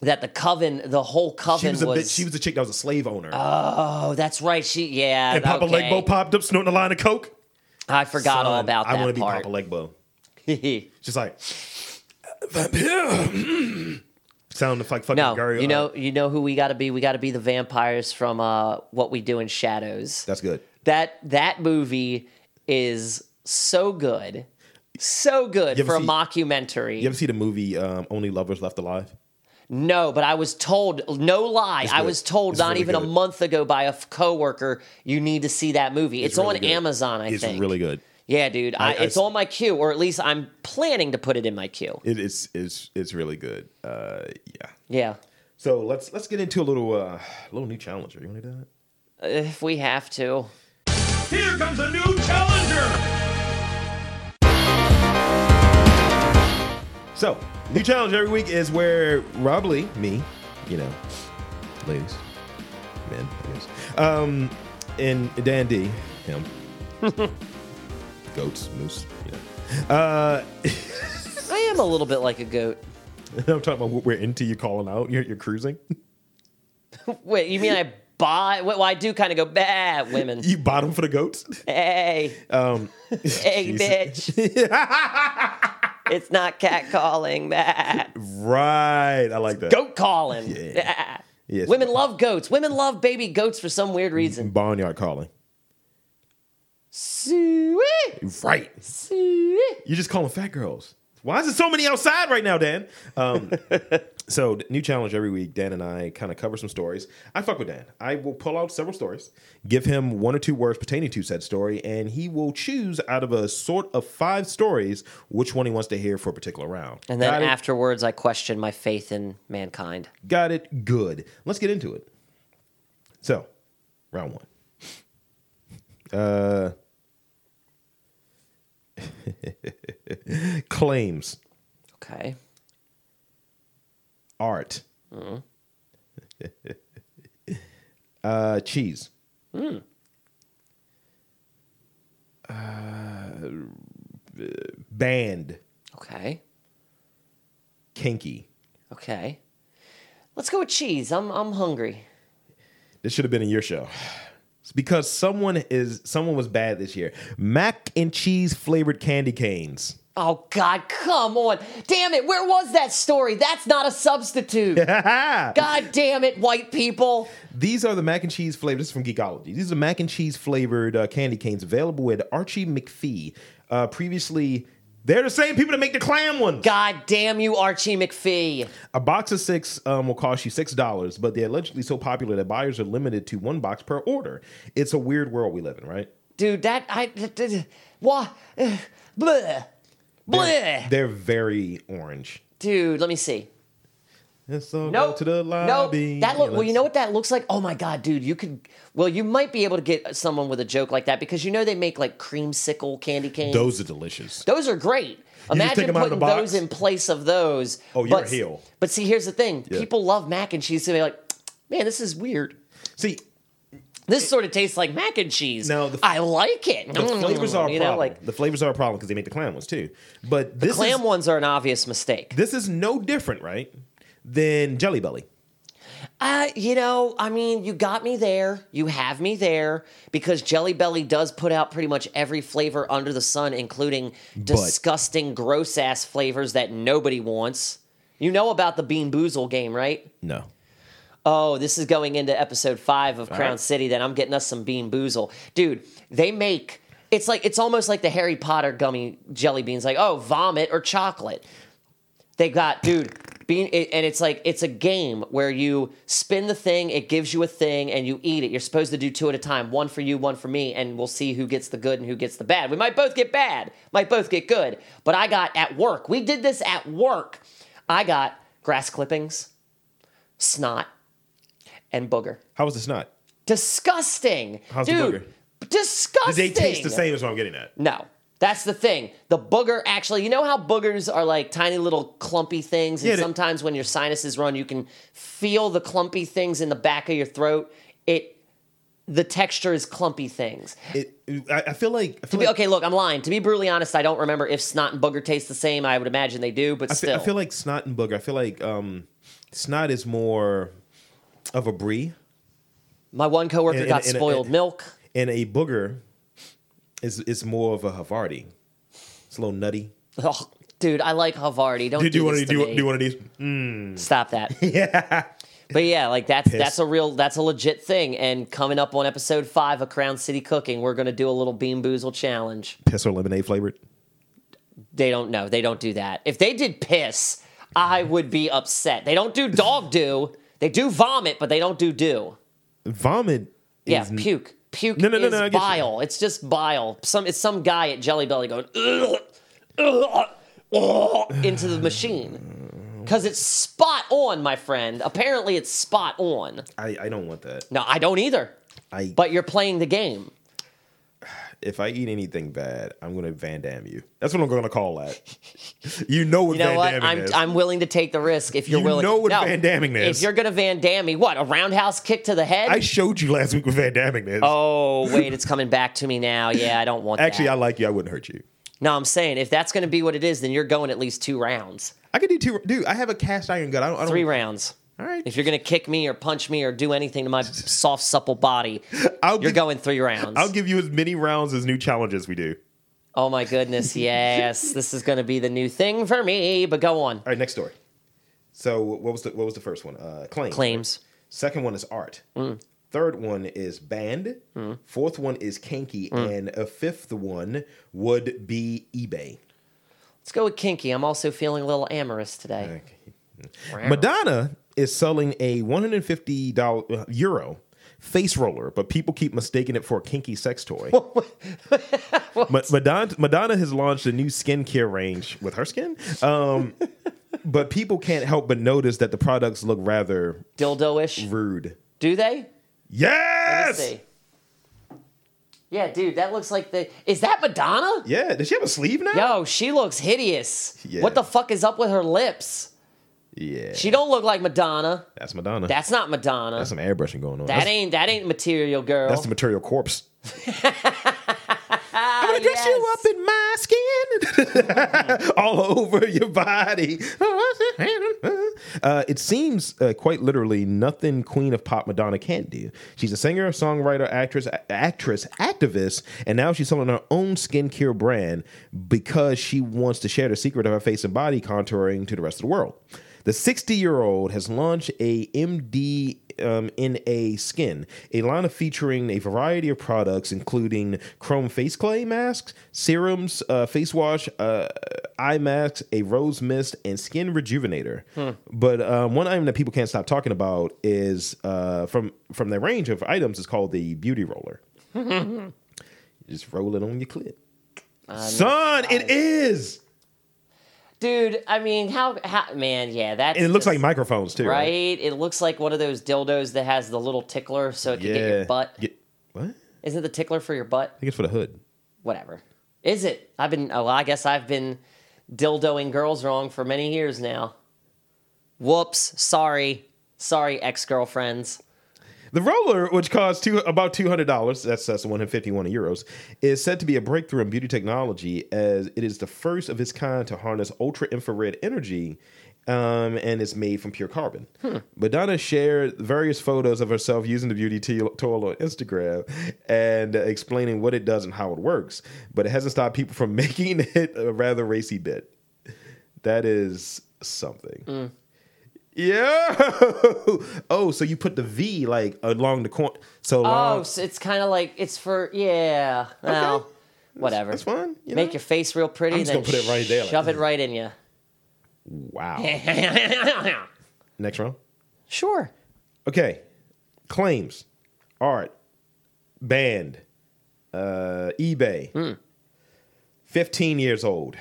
[SPEAKER 2] that the coven, the whole
[SPEAKER 1] She
[SPEAKER 2] coven
[SPEAKER 1] was
[SPEAKER 2] was.
[SPEAKER 1] a bit, she was a chick that was a slave owner.
[SPEAKER 2] oh, that's right. She yeah.
[SPEAKER 1] and Papa
[SPEAKER 2] okay.
[SPEAKER 1] Legbo popped up snorting a line of coke.
[SPEAKER 2] I forgot all
[SPEAKER 1] Son,
[SPEAKER 2] about
[SPEAKER 1] I
[SPEAKER 2] that
[SPEAKER 1] want to be
[SPEAKER 2] part.
[SPEAKER 1] Papa Legbo.
[SPEAKER 2] Legbo.
[SPEAKER 1] Just like vampire. Sound like fucking
[SPEAKER 2] no,
[SPEAKER 1] Gary,
[SPEAKER 2] you
[SPEAKER 1] uh,
[SPEAKER 2] know, you know who we got to be. We got to be the vampires from uh, what we do in Shadows.
[SPEAKER 1] that's good.
[SPEAKER 2] That that movie is so good, so good
[SPEAKER 1] You ever
[SPEAKER 2] for a
[SPEAKER 1] see-
[SPEAKER 2] mockumentary.
[SPEAKER 1] You ever see the movie um, Only Lovers Left Alive?
[SPEAKER 2] No, but I was told, no lie, I
[SPEAKER 1] good.
[SPEAKER 2] was told
[SPEAKER 1] It's
[SPEAKER 2] not
[SPEAKER 1] really
[SPEAKER 2] even a
[SPEAKER 1] good.
[SPEAKER 2] month ago by a f- coworker, you need to see that movie. It's,
[SPEAKER 1] really
[SPEAKER 2] on
[SPEAKER 1] good.
[SPEAKER 2] Amazon, I
[SPEAKER 1] it's
[SPEAKER 2] think.
[SPEAKER 1] really good.
[SPEAKER 2] Yeah, dude, I,
[SPEAKER 1] I-
[SPEAKER 2] it's on my queue, or at least I'm planning to put it in my queue.
[SPEAKER 1] It is it's it's really good. Uh, yeah.
[SPEAKER 2] Yeah,
[SPEAKER 1] So let's let's get into a little uh, little new challenger. You want to do that?
[SPEAKER 2] if we have to.
[SPEAKER 3] Here comes a new challenger!
[SPEAKER 1] So, new challenge every week is where Rob Lee, me, you know, ladies, men, I guess, um, and Dan D, him, goats, moose, you know. Uh,
[SPEAKER 2] I am a little bit like a goat.
[SPEAKER 1] I'm talking about what we're into. You calling out? You're, you're cruising.
[SPEAKER 2] Wait, you mean I buy? Well, I do kind of go, bah, women.
[SPEAKER 1] You bottom for the goats.
[SPEAKER 2] Hey,
[SPEAKER 1] Um,
[SPEAKER 2] hey,
[SPEAKER 1] Jesus.
[SPEAKER 2] bitch. it's not cat calling, bah.
[SPEAKER 1] right. I like that.
[SPEAKER 2] goat calling.
[SPEAKER 1] Yeah. Yes. Mm-hmm.
[SPEAKER 2] Women love goats. Women love baby goats for some weird reason.
[SPEAKER 1] barnyard calling.
[SPEAKER 2] Sue
[SPEAKER 1] Right. You're just calling fat girls. Why is there so many outside right now, Dan? Um, so, new challenge every week. Dan and I kind of cover some stories. I fuck with Dan. I will pull out several stories, give him one or two words pertaining to said story, and he will choose out of a sort of five stories which one he wants to hear for a particular round.
[SPEAKER 2] And then
[SPEAKER 1] got it,
[SPEAKER 2] afterwards, I question my faith in mankind.
[SPEAKER 1] got it. Good. Let's get into it. So, round one. Uh, claims.
[SPEAKER 2] Okay.
[SPEAKER 1] art, uh, cheese, uh, band,
[SPEAKER 2] Okay.
[SPEAKER 1] kinky.
[SPEAKER 2] Okay. Let's go with cheese. I'm I'm hungry.
[SPEAKER 1] This should have been in your show. It's because someone is someone was bad this year. Mac and cheese flavored candy canes.
[SPEAKER 2] Oh God, come on. Damn it, where was that story? That's not a substitute. God damn it, white people.
[SPEAKER 1] These are the mac and cheese flavor. This is from Geekology. These are the mac and cheese flavored uh, candy canes available at Archie McPhee. Uh, previously, they're the same people that make the clam ones.
[SPEAKER 2] God damn you, Archie McPhee.
[SPEAKER 1] A box of six um, will cost you six dollars, but they're allegedly so popular that buyers are limited to one box per order. It's a weird world we live in, right?
[SPEAKER 2] Dude, that I d- d- d- why Ugh. bleh.
[SPEAKER 1] They're,
[SPEAKER 2] Bleh.
[SPEAKER 1] they're very orange.
[SPEAKER 2] Dude, let me see.
[SPEAKER 1] Let's all
[SPEAKER 2] No,
[SPEAKER 1] go to the lobby.
[SPEAKER 2] No, that look. Well, you
[SPEAKER 1] Let's-
[SPEAKER 2] know what that looks like. Oh my god, dude, you could. Well, you might be able to get someone with a joke like that because you know they make like creamsicle candy canes.
[SPEAKER 1] those are delicious.
[SPEAKER 2] Those are great.
[SPEAKER 1] take
[SPEAKER 2] Imagine
[SPEAKER 1] them out of the
[SPEAKER 2] putting
[SPEAKER 1] box?
[SPEAKER 2] those in place of those.
[SPEAKER 1] Oh, you're a
[SPEAKER 2] but,
[SPEAKER 1] heel.
[SPEAKER 2] But see, here's the thing:
[SPEAKER 1] Yeah.
[SPEAKER 2] people love mac and cheese. So they're like, man, this is weird.
[SPEAKER 1] See,
[SPEAKER 2] This sort of tastes like mac and cheese.
[SPEAKER 1] Now, the-
[SPEAKER 2] I like it.
[SPEAKER 1] the flavors are a
[SPEAKER 2] Mm.
[SPEAKER 1] problem.
[SPEAKER 2] you know, like
[SPEAKER 1] the flavors are a problem because they make the clam ones too. But this
[SPEAKER 2] clam
[SPEAKER 1] is,
[SPEAKER 2] ones are an obvious mistake.
[SPEAKER 1] this is no different, right? Than Jelly Belly.
[SPEAKER 2] Uh, you know, I mean, you got me there. You have me there because Jelly Belly does put out pretty much every flavor under the sun, including disgusting, gross ass flavors that nobody wants. You know about the Bean Boozle game, right?
[SPEAKER 1] No.
[SPEAKER 2] Oh, this is going into episode five of Crown
[SPEAKER 1] right.
[SPEAKER 2] City. Then I'm getting us some Bean Boozle, dude. They make it's like it's almost like the Harry Potter gummy jelly beans, like oh, vomit or chocolate. They got dude bean, it, and it's like it's a game where you spin the thing, it gives you a thing, and you eat it. You're supposed to do two at a time, one for you, one for me, and we'll see who gets the good and who gets the bad. We might both get bad, might both get good. But I got at work. We did this at work. I got grass clippings, snot and booger.
[SPEAKER 1] How was this not?
[SPEAKER 2] Disgusting.
[SPEAKER 1] How's the
[SPEAKER 2] Dude,
[SPEAKER 1] Did
[SPEAKER 2] disgusting.
[SPEAKER 1] they taste the same? Is what I'm getting at.
[SPEAKER 2] No. That's the thing. The booger actually, you know how boogers are like tiny little clumpy things, and
[SPEAKER 1] Yeah, they-
[SPEAKER 2] sometimes when your sinuses run, you can feel the clumpy things in the back of your throat. It the texture is clumpy things.
[SPEAKER 1] It, I, I feel like I
[SPEAKER 2] To
[SPEAKER 1] feel
[SPEAKER 2] be,
[SPEAKER 1] like,
[SPEAKER 2] okay, look, I'm lying. To be brutally honest, I don't remember if snot and booger taste the same. I would imagine they do, but
[SPEAKER 1] I feel,
[SPEAKER 2] still.
[SPEAKER 1] I feel like snot and booger. I feel like um, snot is more of a brie,
[SPEAKER 2] My one coworker
[SPEAKER 1] And-
[SPEAKER 2] got
[SPEAKER 1] and- and-
[SPEAKER 2] spoiled
[SPEAKER 1] and-
[SPEAKER 2] milk.
[SPEAKER 1] and a booger is is more of a Havarti. It's a little nutty.
[SPEAKER 2] Oh, dude, I like Havarti. Don't do, this to me.
[SPEAKER 1] one of these?
[SPEAKER 2] Stop that. yeah. But yeah, like that's that's a real that's a legit thing. And coming up on episode five of Crown City Cooking, we're gonna do a little Bean Boozle challenge.
[SPEAKER 1] Piss or lemonade flavored?
[SPEAKER 2] They don't know. They don't do that. If they did piss, I would be upset. They don't do dog do. They do vomit, but they don't do do.
[SPEAKER 1] Vomit.
[SPEAKER 2] Yeah,
[SPEAKER 1] is n-
[SPEAKER 2] puke. Puke
[SPEAKER 1] No, no, no,
[SPEAKER 2] is
[SPEAKER 1] no, I get you.
[SPEAKER 2] bile. It's just bile. Some it's some guy at Jelly Belly going "Ugh, ugh, ugh," into the machine because it's spot on, my friend. Apparently, it's spot on.
[SPEAKER 1] I, I don't want that.
[SPEAKER 2] No, I don't either.
[SPEAKER 1] I
[SPEAKER 2] But you're playing the game.
[SPEAKER 1] if I eat anything bad, I'm gonna Van Damme you. That's what I'm gonna call that. you know what
[SPEAKER 2] You know
[SPEAKER 1] Van
[SPEAKER 2] what?
[SPEAKER 1] Damming
[SPEAKER 2] I'm
[SPEAKER 1] is.
[SPEAKER 2] I'm willing to take the risk if you're
[SPEAKER 1] You
[SPEAKER 2] willing.
[SPEAKER 1] know what
[SPEAKER 2] No,
[SPEAKER 1] Van Damming is.
[SPEAKER 2] If you're gonna Van Damme me, what a roundhouse kick to the head.
[SPEAKER 1] I showed you last week with Van Damming is.
[SPEAKER 2] oh wait, it's coming back to me now. Yeah, I don't want
[SPEAKER 1] Actually,
[SPEAKER 2] that.
[SPEAKER 1] I like you. I wouldn't hurt you.
[SPEAKER 2] no, I'm saying if that's gonna be what it is, then you're going at least two rounds,
[SPEAKER 1] I could do two. Dude, I have a cast iron gut. I don't. I don't
[SPEAKER 2] three rounds.
[SPEAKER 1] All right.
[SPEAKER 2] If you're gonna kick me or punch me or do anything to my soft, supple body,
[SPEAKER 1] I'll
[SPEAKER 2] you're
[SPEAKER 1] give,
[SPEAKER 2] going three rounds.
[SPEAKER 1] I'll give you as many rounds as new challenges we do.
[SPEAKER 2] oh my goodness, yes, this is gonna be the new thing for me. But go on,
[SPEAKER 1] All right, next story. So what was the what was the first one? Uh, claim.
[SPEAKER 2] claims.
[SPEAKER 1] Second one is art.
[SPEAKER 2] Mm.
[SPEAKER 1] Third one is band. Fourth one is kinky,
[SPEAKER 2] Mm.
[SPEAKER 1] and a fifth one would be eBay.
[SPEAKER 2] Let's go with kinky. I'm also feeling a little amorous today. Wow.
[SPEAKER 1] Madonna is selling a 150 dollar uh, euro face roller, but people keep mistaking it for a kinky sex toy. Ma- Madonna, Madonna has launched a new skincare range with her skin, um, but people can't help but notice that the products look rather
[SPEAKER 2] Dildo-ish.
[SPEAKER 1] rude.
[SPEAKER 2] Do they? Let's
[SPEAKER 1] Yes.
[SPEAKER 2] see. Yeah, dude, that looks like the. Is that Madonna?
[SPEAKER 1] Yeah. Does she have a sleeve now?
[SPEAKER 2] Yo, she looks hideous.
[SPEAKER 1] Yeah.
[SPEAKER 2] What the fuck is up with her lips?
[SPEAKER 1] Yeah.
[SPEAKER 2] She don't look like Madonna.
[SPEAKER 1] That's Madonna.
[SPEAKER 2] That's not Madonna.
[SPEAKER 1] That's some airbrushing going on.
[SPEAKER 2] that
[SPEAKER 1] that's,
[SPEAKER 2] ain't that ain't material girl.
[SPEAKER 1] that's the material corpse. I'm gonna dress
[SPEAKER 2] yes.
[SPEAKER 1] you up in my skin, all over your body. Uh, it seems uh, quite literally nothing Queen of Pop Madonna can't do. She's a singer, songwriter, actress, a- actress, activist, and now she's selling her own skincare brand because she wants to share the secret of her face and body contouring to the rest of the world. The 60 year old has launched a MD um, in a skin, a line featuring a variety of products, including chrome face clay masks, serums, uh, face wash, uh, eye masks, a rose mist, and skin rejuvenator. But um, one item that people can't stop talking about is uh, from from their range of items is called the beauty roller. Just roll it on your clit, son. It is,
[SPEAKER 2] Dude, I mean, how, how man, yeah, that's
[SPEAKER 1] and it looks
[SPEAKER 2] just-
[SPEAKER 1] like microphones too,
[SPEAKER 2] right?
[SPEAKER 1] right?
[SPEAKER 2] It looks like one of those dildos that has the little tickler so it can get your butt.
[SPEAKER 1] Get- what? I
[SPEAKER 2] Isn't it the tickler for your butt?
[SPEAKER 1] think it's for the hood.
[SPEAKER 2] Whatever. Is it? I've been oh, well, I guess I've been dildoing girls wrong for many years now. Whoops, sorry. Sorry, ex-girlfriends.
[SPEAKER 1] The roller, which costs two, about two hundred dollars, that's that's one hundred fifty-one euros, is said to be a breakthrough in beauty technology as it is the first of its kind to harness ultra infrared energy, um, and is made from pure carbon.
[SPEAKER 2] Hmm.
[SPEAKER 1] Madonna shared various photos of herself using the beauty te- tool on Instagram and uh, explaining what it does and how it works, but it hasn't stopped people from making it a rather racy bit. That is something.
[SPEAKER 2] Mm.
[SPEAKER 1] Yeah. oh, so you put the V like along the corner. So
[SPEAKER 2] Oh,
[SPEAKER 1] long.
[SPEAKER 2] so it's kind of like it's for yeah. Well, whatever.
[SPEAKER 1] that's fine. you
[SPEAKER 2] Make
[SPEAKER 1] know?
[SPEAKER 2] your face real pretty,
[SPEAKER 1] I'm
[SPEAKER 2] and
[SPEAKER 1] just
[SPEAKER 2] then
[SPEAKER 1] gonna put it right there, like-
[SPEAKER 2] shove it right in you.
[SPEAKER 1] wow. Next round.
[SPEAKER 2] sure.
[SPEAKER 1] Okay. Claims, art, banned, uh, eBay.
[SPEAKER 2] Hmm.
[SPEAKER 1] Fifteen years old.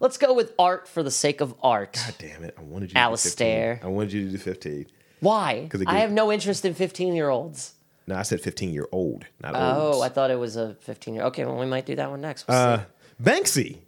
[SPEAKER 2] Let's go with art for the sake of art.
[SPEAKER 1] God damn it! I wanted you. to do
[SPEAKER 2] Alistair.
[SPEAKER 1] 15. I wanted you to do fifteen.
[SPEAKER 2] Why?
[SPEAKER 1] 'Cause it
[SPEAKER 2] I
[SPEAKER 1] gave-
[SPEAKER 2] have no interest in 15 year olds.
[SPEAKER 1] No, I said fifteen year old, not
[SPEAKER 2] Oh,
[SPEAKER 1] olds.
[SPEAKER 2] I thought it was a 15 year Okay, well, we might do that one next. We'll see.
[SPEAKER 1] Uh, Banksy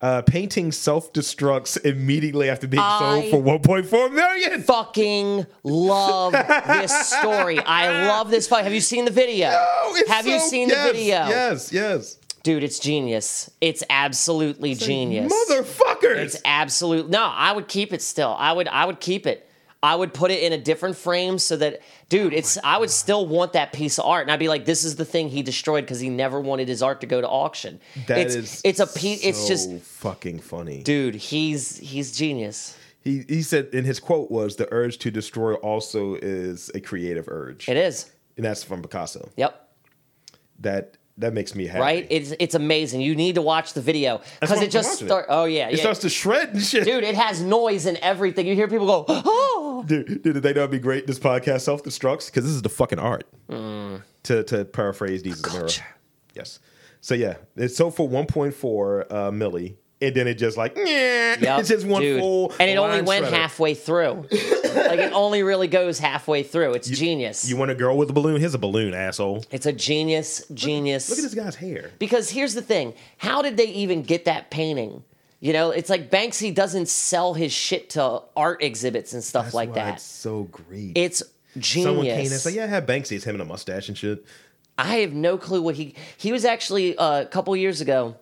[SPEAKER 1] Uh, painting self destructs immediately after being
[SPEAKER 2] I-
[SPEAKER 1] sold for 1.4 million.
[SPEAKER 2] Fucking love this story. I love this. Fight. Have you seen the video?
[SPEAKER 1] Oh, it's
[SPEAKER 2] Have you
[SPEAKER 1] so-
[SPEAKER 2] seen
[SPEAKER 1] yes,
[SPEAKER 2] the video?
[SPEAKER 1] Yes, yes.
[SPEAKER 2] Dude, it's genius. It's absolutely genius.
[SPEAKER 1] Motherfuckers.
[SPEAKER 2] It's absolute. No, I would keep it still. I would. I would keep it. I would put it in a different frame so that, dude,
[SPEAKER 1] Oh
[SPEAKER 2] it's. I would still want that piece of art, and I'd be like, "This is the thing he destroyed because he never wanted his art to go to auction."
[SPEAKER 1] That
[SPEAKER 2] it's,
[SPEAKER 1] is
[SPEAKER 2] It's a piece. it's just,
[SPEAKER 1] so fucking funny.
[SPEAKER 2] dude. He's he's genius.
[SPEAKER 1] He he said, and his quote was, "The urge to destroy also is a creative urge,"
[SPEAKER 2] It is.
[SPEAKER 1] and that's from Picasso.
[SPEAKER 2] Yep.
[SPEAKER 1] That that makes me happy.
[SPEAKER 2] Right. It's it's amazing. You need to watch the video because
[SPEAKER 1] what
[SPEAKER 2] it
[SPEAKER 1] I'm
[SPEAKER 2] just
[SPEAKER 1] watching it.
[SPEAKER 2] start. Oh yeah.
[SPEAKER 1] It
[SPEAKER 2] yeah.
[SPEAKER 1] starts to shred and shit.
[SPEAKER 2] dude, it has noise and everything. You hear people go, "Oh."
[SPEAKER 1] Dude, dude, they know it'd be great. This podcast self destructs because this is the fucking art. To to paraphrase these
[SPEAKER 2] Mm. Culture.
[SPEAKER 1] Yes. So yeah, it's sold for one point four uh, milli, and then it just like yeah,
[SPEAKER 2] Yep,
[SPEAKER 1] it's just one
[SPEAKER 2] dude.
[SPEAKER 1] full.
[SPEAKER 2] and it only
[SPEAKER 1] line
[SPEAKER 2] went
[SPEAKER 1] shredder.
[SPEAKER 2] halfway through. like it only really goes halfway through. It's genius.
[SPEAKER 1] You want a girl with a balloon? Here's a balloon, asshole.
[SPEAKER 2] it's a genius, genius.
[SPEAKER 1] Look at this guy's hair.
[SPEAKER 2] Because here's the thing: how did they even get that painting? You know, it's like Banksy doesn't sell his shit to art exhibits and stuff
[SPEAKER 1] That's
[SPEAKER 2] like
[SPEAKER 1] why
[SPEAKER 2] that.
[SPEAKER 1] It's so great.
[SPEAKER 2] It's
[SPEAKER 1] Someone came in and
[SPEAKER 2] genius.
[SPEAKER 1] said, "Yeah, I have Banksy. It's him and a mustache and shit."
[SPEAKER 2] I have no clue what he he was actually uh, a couple years ago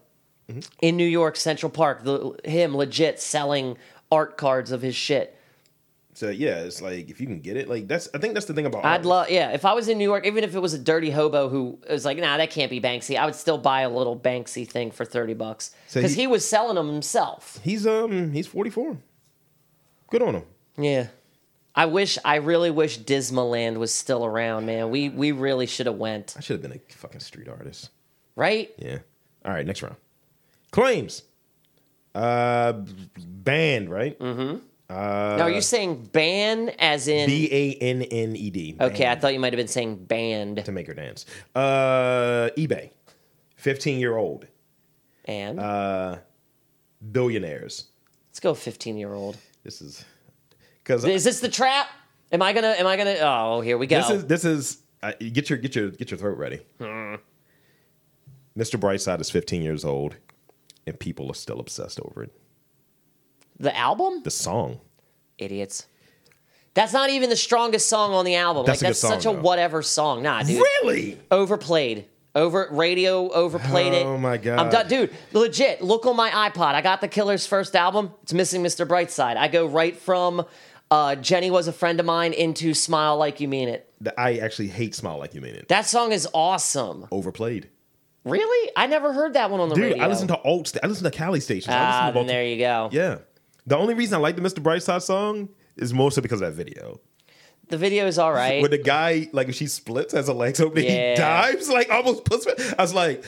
[SPEAKER 2] in New York Central Park. The, him legit selling art cards of his shit.
[SPEAKER 1] So yeah, it's like if you can get it, like that's I think that's the thing about
[SPEAKER 2] I'd love, yeah. If I was in New York, even if it was a dirty hobo who was like, "Nah, that can't be Banksy," I would still buy a little Banksy thing for thirty bucks
[SPEAKER 1] So
[SPEAKER 2] because
[SPEAKER 1] he-
[SPEAKER 2] he, was selling them himself.
[SPEAKER 1] He's um he's forty four. Good on him.
[SPEAKER 2] Yeah, I wish, I really wish Dismaland was still around, man. We we really should have went,
[SPEAKER 1] I should have been a fucking street artist.
[SPEAKER 2] right?
[SPEAKER 1] Yeah. All right, next round. Claims. Uh, banned, right?
[SPEAKER 2] Mm-hmm. now, are you saying ban as in?
[SPEAKER 1] Uh, B a n n e d.
[SPEAKER 2] okay, I
[SPEAKER 1] banned,
[SPEAKER 2] thought you might have been saying banned
[SPEAKER 1] to make her dance. Uh, eBay, fifteen year old
[SPEAKER 2] and.
[SPEAKER 1] billionaires.
[SPEAKER 2] Let's go, fifteen year old.
[SPEAKER 1] This is because
[SPEAKER 2] Is this the trap? Am I gonna? Am I gonna? Oh, here we go.
[SPEAKER 1] This is this is uh, get your get your get your throat ready.
[SPEAKER 2] Mm-hmm.
[SPEAKER 1] Mr. Brightside is 15 years old, and people are still obsessed over it.
[SPEAKER 2] the album.
[SPEAKER 1] The song.
[SPEAKER 2] idiots. That's not even the strongest song on the album.
[SPEAKER 1] That's a
[SPEAKER 2] like
[SPEAKER 1] good
[SPEAKER 2] that's such
[SPEAKER 1] song,
[SPEAKER 2] a
[SPEAKER 1] though.
[SPEAKER 2] whatever song. Nah, dude.
[SPEAKER 1] Really?
[SPEAKER 2] Overplayed. Over radio overplayed it.
[SPEAKER 1] Oh, my God.
[SPEAKER 2] I'm done, dude. Legit. Look on my iPod. I got the Killer's first album. It's missing Mr. Brightside. I go right from uh, Jenny was a friend of mine into Smile Like You Mean It.
[SPEAKER 1] The- I actually hate "Smile Like You Mean It."
[SPEAKER 2] That song is awesome.
[SPEAKER 1] Overplayed.
[SPEAKER 2] Really? I never heard that one on the
[SPEAKER 1] Dude,
[SPEAKER 2] radio.
[SPEAKER 1] I listen to alt. sta- I listen to Cali stations. I
[SPEAKER 2] ah,
[SPEAKER 1] listen
[SPEAKER 2] then
[SPEAKER 1] to
[SPEAKER 2] there you go.
[SPEAKER 1] yeah. The only reason I like the Mr. Brightside song is mostly because of that video.
[SPEAKER 2] The video is all right.
[SPEAKER 1] When the guy, like, if she splits, has her legs open,
[SPEAKER 2] Yeah.
[SPEAKER 1] he dives, like, almost puts me. I was like,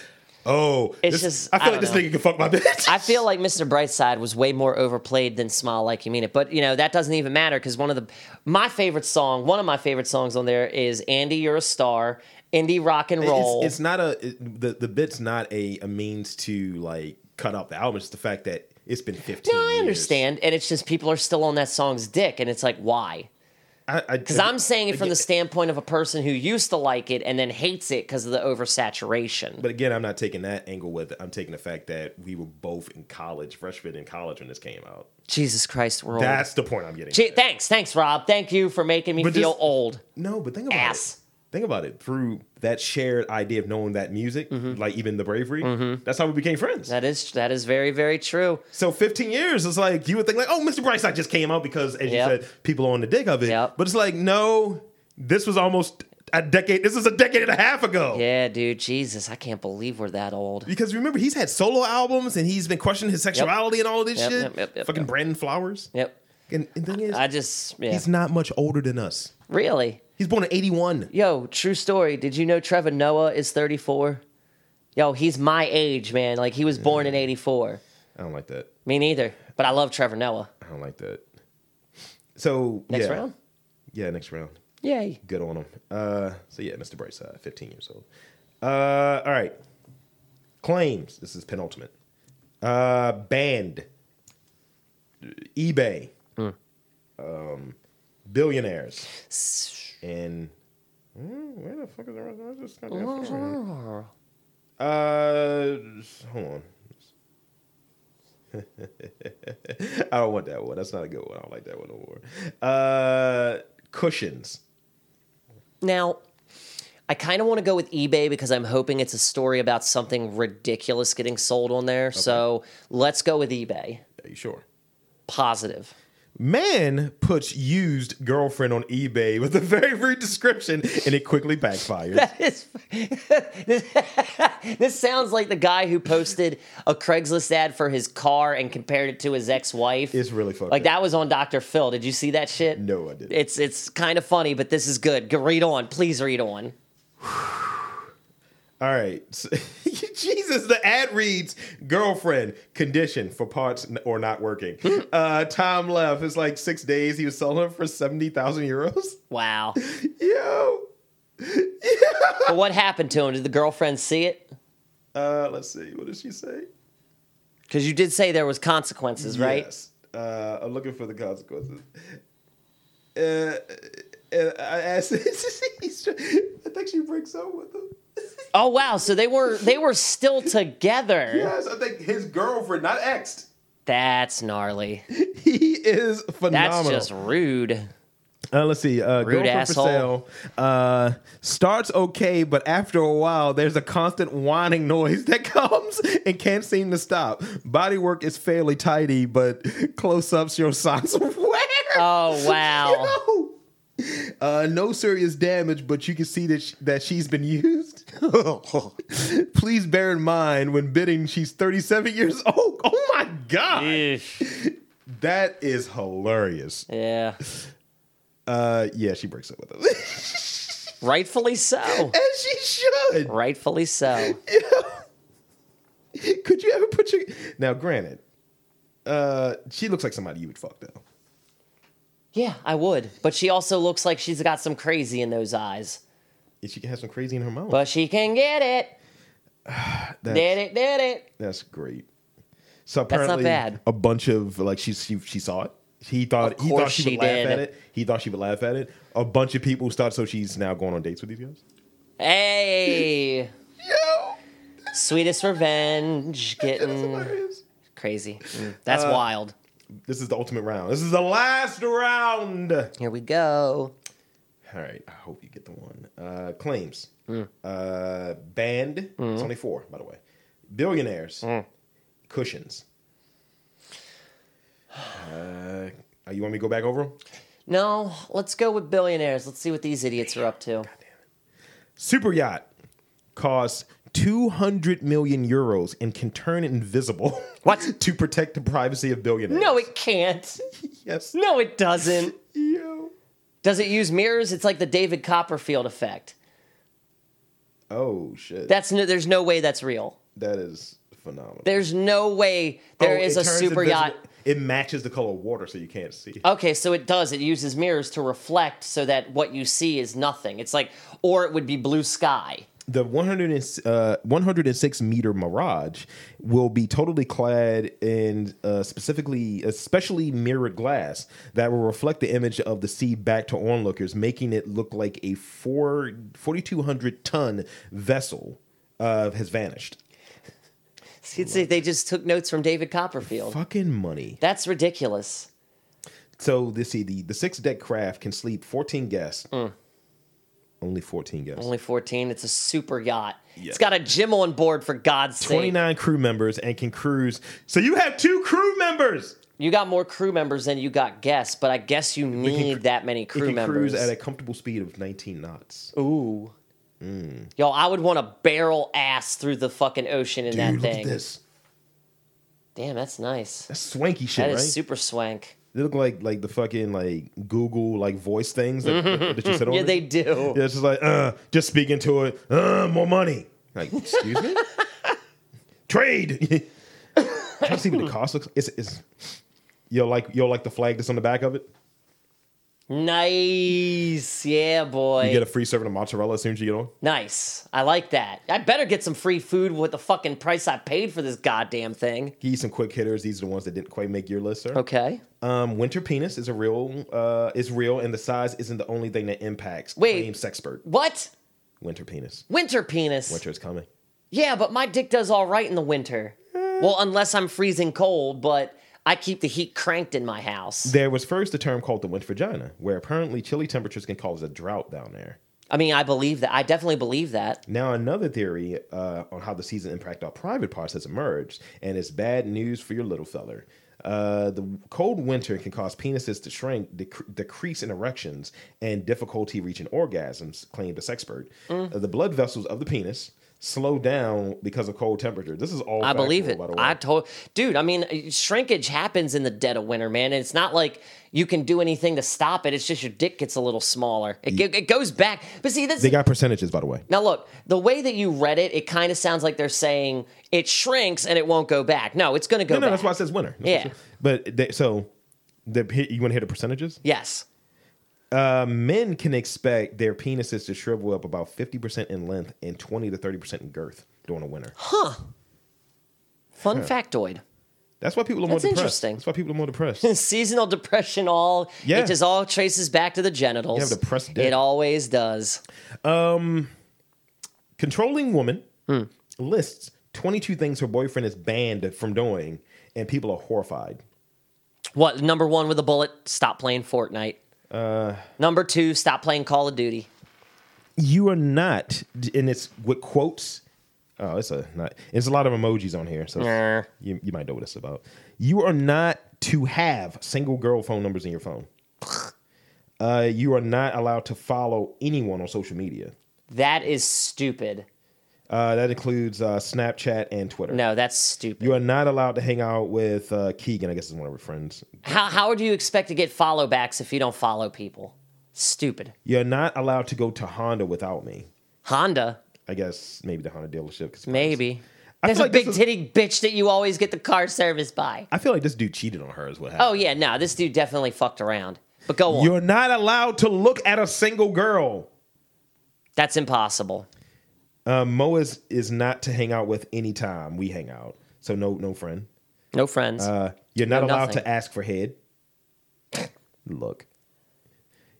[SPEAKER 1] oh.
[SPEAKER 2] It's
[SPEAKER 1] this-
[SPEAKER 2] just-
[SPEAKER 1] I
[SPEAKER 2] I
[SPEAKER 1] feel like
[SPEAKER 2] don't
[SPEAKER 1] this
[SPEAKER 2] know.
[SPEAKER 1] nigga can fuck my bitch.
[SPEAKER 2] I feel like Mr. Brightside was way more overplayed than Smile Like You Mean It, but you know that doesn't even matter because one of the my favorite song, one of my favorite songs on there is "Andy, You're a Star," indie rock and roll.
[SPEAKER 1] It's, it's not a it- the the bit's not a, a means to like cut off the album. It's the fact that it's been fifteen.
[SPEAKER 2] no, I
[SPEAKER 1] years.
[SPEAKER 2] understand, and it's just people are still on that song's dick, and it's like why?
[SPEAKER 1] I, because
[SPEAKER 2] Because I'm saying it from the standpoint of a person who used to like it and then hates it because of the oversaturation.
[SPEAKER 1] But again, I'm not taking that angle with it. I'm taking the fact that we were both in college, freshmen in college when this came out.
[SPEAKER 2] Jesus Christ, we're old.
[SPEAKER 1] That's the point I'm getting.
[SPEAKER 2] Gee,
[SPEAKER 1] at.
[SPEAKER 2] thanks, thanks, Rob. Thank you for making me
[SPEAKER 1] But
[SPEAKER 2] feel
[SPEAKER 1] just-
[SPEAKER 2] old.
[SPEAKER 1] no, but think about
[SPEAKER 2] Ass.
[SPEAKER 1] it. Think about it through that shared idea of knowing that music, like even the bravery. That's how we became friends.
[SPEAKER 2] Mm-hmm. That is that is very very true.
[SPEAKER 1] So 15 years is like you would think like, oh, Mr. Brightside just came out because, as
[SPEAKER 2] Yep.
[SPEAKER 1] you said, people are on the dick of it.
[SPEAKER 2] Yep.
[SPEAKER 1] But it's like, no, this was almost a decade. This is a decade and a half ago.
[SPEAKER 2] Yeah, dude, Jesus, I can't believe we're that old.
[SPEAKER 1] Because remember, he's had solo albums and he's been questioning his sexuality and all of this
[SPEAKER 2] Yep,
[SPEAKER 1] shit.
[SPEAKER 2] yep, yep, yep,
[SPEAKER 1] Fucking
[SPEAKER 2] yep.
[SPEAKER 1] Brandon Flowers.
[SPEAKER 2] Yep.
[SPEAKER 1] And the thing is,
[SPEAKER 2] I just yeah.
[SPEAKER 1] he's not much older than us.
[SPEAKER 2] really.
[SPEAKER 1] He's born in 81.
[SPEAKER 2] Yo, true story. Did you know Trevor Noah is 34? Yo, he's my age, man. Like he was born
[SPEAKER 1] Mm.
[SPEAKER 2] in 84.
[SPEAKER 1] I don't like that.
[SPEAKER 2] Me neither. But I love Trevor Noah.
[SPEAKER 1] I don't like that. So
[SPEAKER 2] Next
[SPEAKER 1] yeah.
[SPEAKER 2] round.
[SPEAKER 1] Yeah, next round.
[SPEAKER 2] Yay.
[SPEAKER 1] Good on him. Uh, so yeah, Mr. Brightside, 15 years old. Uh, all right. Claims. This is penultimate. Uh, banned. eBay. Um, billionaires. And Hmm, where the fuck is the rest? I just got the rest right here. Uh, hold on. I don't want that one. That's not a good one. I don't like that one no more. Uh, cushions.
[SPEAKER 2] Now, I kind of want to go with eBay because I'm hoping it's a story about something ridiculous getting sold on there. So let's go with eBay.
[SPEAKER 1] Are you sure?
[SPEAKER 2] Positive.
[SPEAKER 1] Man puts used girlfriend on eBay with a very rude description, and it quickly backfires.
[SPEAKER 2] It's- this sounds like the guy who posted a Craigslist ad for his car and compared it to his ex-wife.
[SPEAKER 1] It's really fucked
[SPEAKER 2] like
[SPEAKER 1] up.
[SPEAKER 2] that was on Dr. Phil. Did you see that shit?
[SPEAKER 1] No, I didn't.
[SPEAKER 2] It's it's kind of funny, but this is good. Go read on, please read on.
[SPEAKER 1] All right. So- Jesus, the ad reads girlfriend condition for parts n- or not working. uh, time left. It's like six days. He was selling her for 70,000 euros.
[SPEAKER 2] Wow.
[SPEAKER 1] Yo.
[SPEAKER 2] but what happened to him? Did the girlfriend see it?
[SPEAKER 1] Uh, let's see. What did she say?
[SPEAKER 2] Because you did say there was consequences, right?
[SPEAKER 1] Yes. Uh, I'm looking for the consequences. Uh, and I asked, I think she breaks up with him.
[SPEAKER 2] Oh wow! So they were they were still together.
[SPEAKER 1] Yes, I think his girlfriend, not exed.
[SPEAKER 2] That's gnarly.
[SPEAKER 1] He is
[SPEAKER 2] That's
[SPEAKER 1] phenomenal.
[SPEAKER 2] just rude.
[SPEAKER 1] Uh, let's see. Uh,
[SPEAKER 2] Rude
[SPEAKER 1] Girlfriend
[SPEAKER 2] asshole.
[SPEAKER 1] for sale. Uh, starts okay, but after a while, there's a constant whining noise that comes and can't seem to stop. Body work is fairly tidy, but close ups your socks wear.
[SPEAKER 2] Oh wow!
[SPEAKER 1] Yo! Uh, no serious damage, but you can see that sh- that she's been used. Please bear in mind when bidding, she's 37 years old. Oh my god,
[SPEAKER 2] Eesh.
[SPEAKER 1] that is hilarious.
[SPEAKER 2] Yeah.
[SPEAKER 1] Uh, yeah, she breaks up with him.
[SPEAKER 2] Rightfully so.
[SPEAKER 1] As she should.
[SPEAKER 2] Rightfully so.
[SPEAKER 1] Could you ever put your now? Granted, uh, she looks like somebody you would fuck though.
[SPEAKER 2] Yeah, I would. But she also looks like she's got some crazy in those eyes.
[SPEAKER 1] And she can have some crazy in her mouth.
[SPEAKER 2] But she can get it.
[SPEAKER 1] that's,
[SPEAKER 2] Did it, did it.
[SPEAKER 1] that's great. So
[SPEAKER 2] not
[SPEAKER 1] apparently,
[SPEAKER 2] bad.
[SPEAKER 1] a bunch of like she she, she saw it. He thought
[SPEAKER 2] Of
[SPEAKER 1] he thought
[SPEAKER 2] course
[SPEAKER 1] she,
[SPEAKER 2] she
[SPEAKER 1] would laugh
[SPEAKER 2] did.
[SPEAKER 1] at it. He thought she would laugh at it. A bunch of people started. So she's now going on dates with these guys.
[SPEAKER 2] Hey.
[SPEAKER 1] Yo,
[SPEAKER 2] Sweetest revenge.
[SPEAKER 1] that is
[SPEAKER 2] Getting
[SPEAKER 1] hilarious.
[SPEAKER 2] crazy. Mm, That's
[SPEAKER 1] Uh,
[SPEAKER 2] wild.
[SPEAKER 1] This is the ultimate round. This is the last round. All
[SPEAKER 2] Here we go.
[SPEAKER 1] right, I hope you get the one. Uh, claims.
[SPEAKER 2] Mm.
[SPEAKER 1] Uh, banned. It's only four, by the way. Billionaires.
[SPEAKER 2] Mm.
[SPEAKER 1] Cushions. Uh, you want me to go back over 'em?
[SPEAKER 2] No, let's go with billionaires. Let's see what these idiots are up to.
[SPEAKER 1] Super yacht costs 200 million euros and can turn invisible.
[SPEAKER 2] What?
[SPEAKER 1] to protect the privacy of billionaires.
[SPEAKER 2] No, it can't.
[SPEAKER 1] yes.
[SPEAKER 2] No, it doesn't.
[SPEAKER 1] Yo.
[SPEAKER 2] Does it use mirrors? It's like the David Copperfield effect.
[SPEAKER 1] Oh shit.
[SPEAKER 2] That's no, there's no way that's real.
[SPEAKER 1] that is phenomenal.
[SPEAKER 2] There's no way there
[SPEAKER 1] Oh,
[SPEAKER 2] is
[SPEAKER 1] it
[SPEAKER 2] a
[SPEAKER 1] turns
[SPEAKER 2] super
[SPEAKER 1] invisible-
[SPEAKER 2] yacht.
[SPEAKER 1] It matches the color of water, so you can't see.
[SPEAKER 2] Okay, so it does. It uses mirrors to reflect so that what you see is nothing. It's like, or it would be blue sky.
[SPEAKER 1] The 100 and, uh, 106 meter Mirage will be totally clad in uh, specifically, especially mirrored glass that will reflect the image of the sea back to onlookers, making it look like a four, 4,200 ton vessel uh, has vanished.
[SPEAKER 2] See, it's like they just took notes from David Copperfield.
[SPEAKER 1] Fucking money.
[SPEAKER 2] That's ridiculous.
[SPEAKER 1] So this see the, the six deck craft can sleep 14 guests. Only 14 guests.
[SPEAKER 2] Only 14. It's a super yacht.
[SPEAKER 1] Yeah.
[SPEAKER 2] It's got a gym on board, for God's sake.
[SPEAKER 1] 29 crew members and can cruise. So you have two crew members.
[SPEAKER 2] You got more crew members than you got guests, but I guess you need that many
[SPEAKER 1] It
[SPEAKER 2] crew
[SPEAKER 1] can
[SPEAKER 2] members.
[SPEAKER 1] cruise at a comfortable speed of 19 knots.
[SPEAKER 2] Ooh.
[SPEAKER 1] Mm.
[SPEAKER 2] Yo, I would want to barrel ass through the fucking ocean in
[SPEAKER 1] Dude,
[SPEAKER 2] that
[SPEAKER 1] look
[SPEAKER 2] thing.
[SPEAKER 1] at this.
[SPEAKER 2] Damn, that's nice.
[SPEAKER 1] That's swanky shit,
[SPEAKER 2] That is
[SPEAKER 1] right?
[SPEAKER 2] super swank.
[SPEAKER 1] they look like like the fucking like Google like voice things that, that you said on.
[SPEAKER 2] Mm-hmm. Yeah,
[SPEAKER 1] it.
[SPEAKER 2] they do.
[SPEAKER 1] Yeah, it's just like uh, just speak into it. Uh, more money. Like, excuse me. Trade. Trying to see what the cost looks. It's, it's yo like yo like the flag that's on the back of it.
[SPEAKER 2] Nice. Yeah, boy.
[SPEAKER 1] You get a free serving of mozzarella as soon as you get on.
[SPEAKER 2] nice. I like that. I better get some free food with the fucking price I paid for this goddamn thing.
[SPEAKER 1] Give you some quick hitters. These are the ones that didn't quite make your list, sir.
[SPEAKER 2] Okay.
[SPEAKER 1] Um, winter penis is a real uh, is real, and the size isn't the only thing that impacts.
[SPEAKER 2] Wait.
[SPEAKER 1] claims sexpert.
[SPEAKER 2] What?
[SPEAKER 1] Winter penis.
[SPEAKER 2] Winter penis.
[SPEAKER 1] Winter is coming.
[SPEAKER 2] Yeah, but my dick does all right in the winter.
[SPEAKER 1] Eh,
[SPEAKER 2] Well, unless I'm freezing cold, but I keep the heat cranked in my house.
[SPEAKER 1] There was first a term called the witch vagina, where apparently chilly temperatures can cause a drought down there.
[SPEAKER 2] I mean, I believe that. I definitely believe that.
[SPEAKER 1] Now, another theory uh, on how the season impact our private parts has emerged, and it's bad news for your little feller. Uh, the cold winter can cause penises to shrink, dec- decrease in erections, and difficulty reaching orgasms, claimed this expert.
[SPEAKER 2] Mm.
[SPEAKER 1] Uh, the blood vessels of the penis slow down because of cold temperature. This is all
[SPEAKER 2] I believe
[SPEAKER 1] factual,
[SPEAKER 2] it.
[SPEAKER 1] by the way.
[SPEAKER 2] I told, dude. I mean, uh, shrinkage happens in the dead of winter, man. And it's not like you can do anything to stop it. It's just your dick gets a little smaller. It, go- it goes back. But see, this
[SPEAKER 1] they got percentages, by the way.
[SPEAKER 2] now look the way that you read it. It kind of sounds like they're saying it shrinks and it won't go back. No, it's going to go
[SPEAKER 1] No, no,
[SPEAKER 2] back.
[SPEAKER 1] that's why it says winter. That's
[SPEAKER 2] Yeah.
[SPEAKER 1] what it says. But they, so, the, you want to hear the percentages?
[SPEAKER 2] yes.
[SPEAKER 1] men can expect their penises to shrivel up about 50% in length and 20 to 30% in girth during the winter.
[SPEAKER 2] Fun factoid.
[SPEAKER 1] That's why people are more
[SPEAKER 2] That's
[SPEAKER 1] depressed.
[SPEAKER 2] interesting.
[SPEAKER 1] That's why people are more depressed.
[SPEAKER 2] Seasonal depression. All
[SPEAKER 1] Yeah.
[SPEAKER 2] it just all traces back to the genitals.
[SPEAKER 1] You have depressed dick.
[SPEAKER 2] It always does.
[SPEAKER 1] Controlling woman
[SPEAKER 2] Hmm.
[SPEAKER 1] lists 22 things her boyfriend is banned from doing, and people are horrified.
[SPEAKER 2] What number one with a bullet? Stop playing Fortnite.
[SPEAKER 1] Uh,
[SPEAKER 2] number two, stop playing Call of Duty.
[SPEAKER 1] You are not, and it's with quotes. Oh, it's a not. It's a lot of emojis on here, so
[SPEAKER 2] Nah.
[SPEAKER 1] you, you might know what it's about. You are not to have single girl phone numbers in your phone. Uh, you are not allowed to follow anyone on social media.
[SPEAKER 2] That is stupid.
[SPEAKER 1] Uh, that includes uh, Snapchat and Twitter.
[SPEAKER 2] No, that's stupid.
[SPEAKER 1] You are not allowed to hang out with uh, Keegan. I guess is one of her friends.
[SPEAKER 2] How how do you expect to get follow backs if you don't follow people? Stupid.
[SPEAKER 1] You're not allowed to go to Honda without me.
[SPEAKER 2] Honda,
[SPEAKER 1] I guess maybe the Honda dealership. 'cause-
[SPEAKER 2] maybe.
[SPEAKER 1] I
[SPEAKER 2] There's
[SPEAKER 1] feel
[SPEAKER 2] a
[SPEAKER 1] like this
[SPEAKER 2] big
[SPEAKER 1] is-
[SPEAKER 2] titty bitch that you always get the car service by.
[SPEAKER 1] I feel like this dude cheated on her. Is what
[SPEAKER 2] Oh
[SPEAKER 1] happened.
[SPEAKER 2] yeah, no, this dude definitely fucked around. But go on.
[SPEAKER 1] You're not allowed to look at a single girl.
[SPEAKER 2] That's impossible.
[SPEAKER 1] Um, Mo is, is not to hang out with any time we hang out. So no no friend.
[SPEAKER 2] No friends.
[SPEAKER 1] Uh, you're not
[SPEAKER 2] No,
[SPEAKER 1] allowed
[SPEAKER 2] nothing.
[SPEAKER 1] to ask for head. look.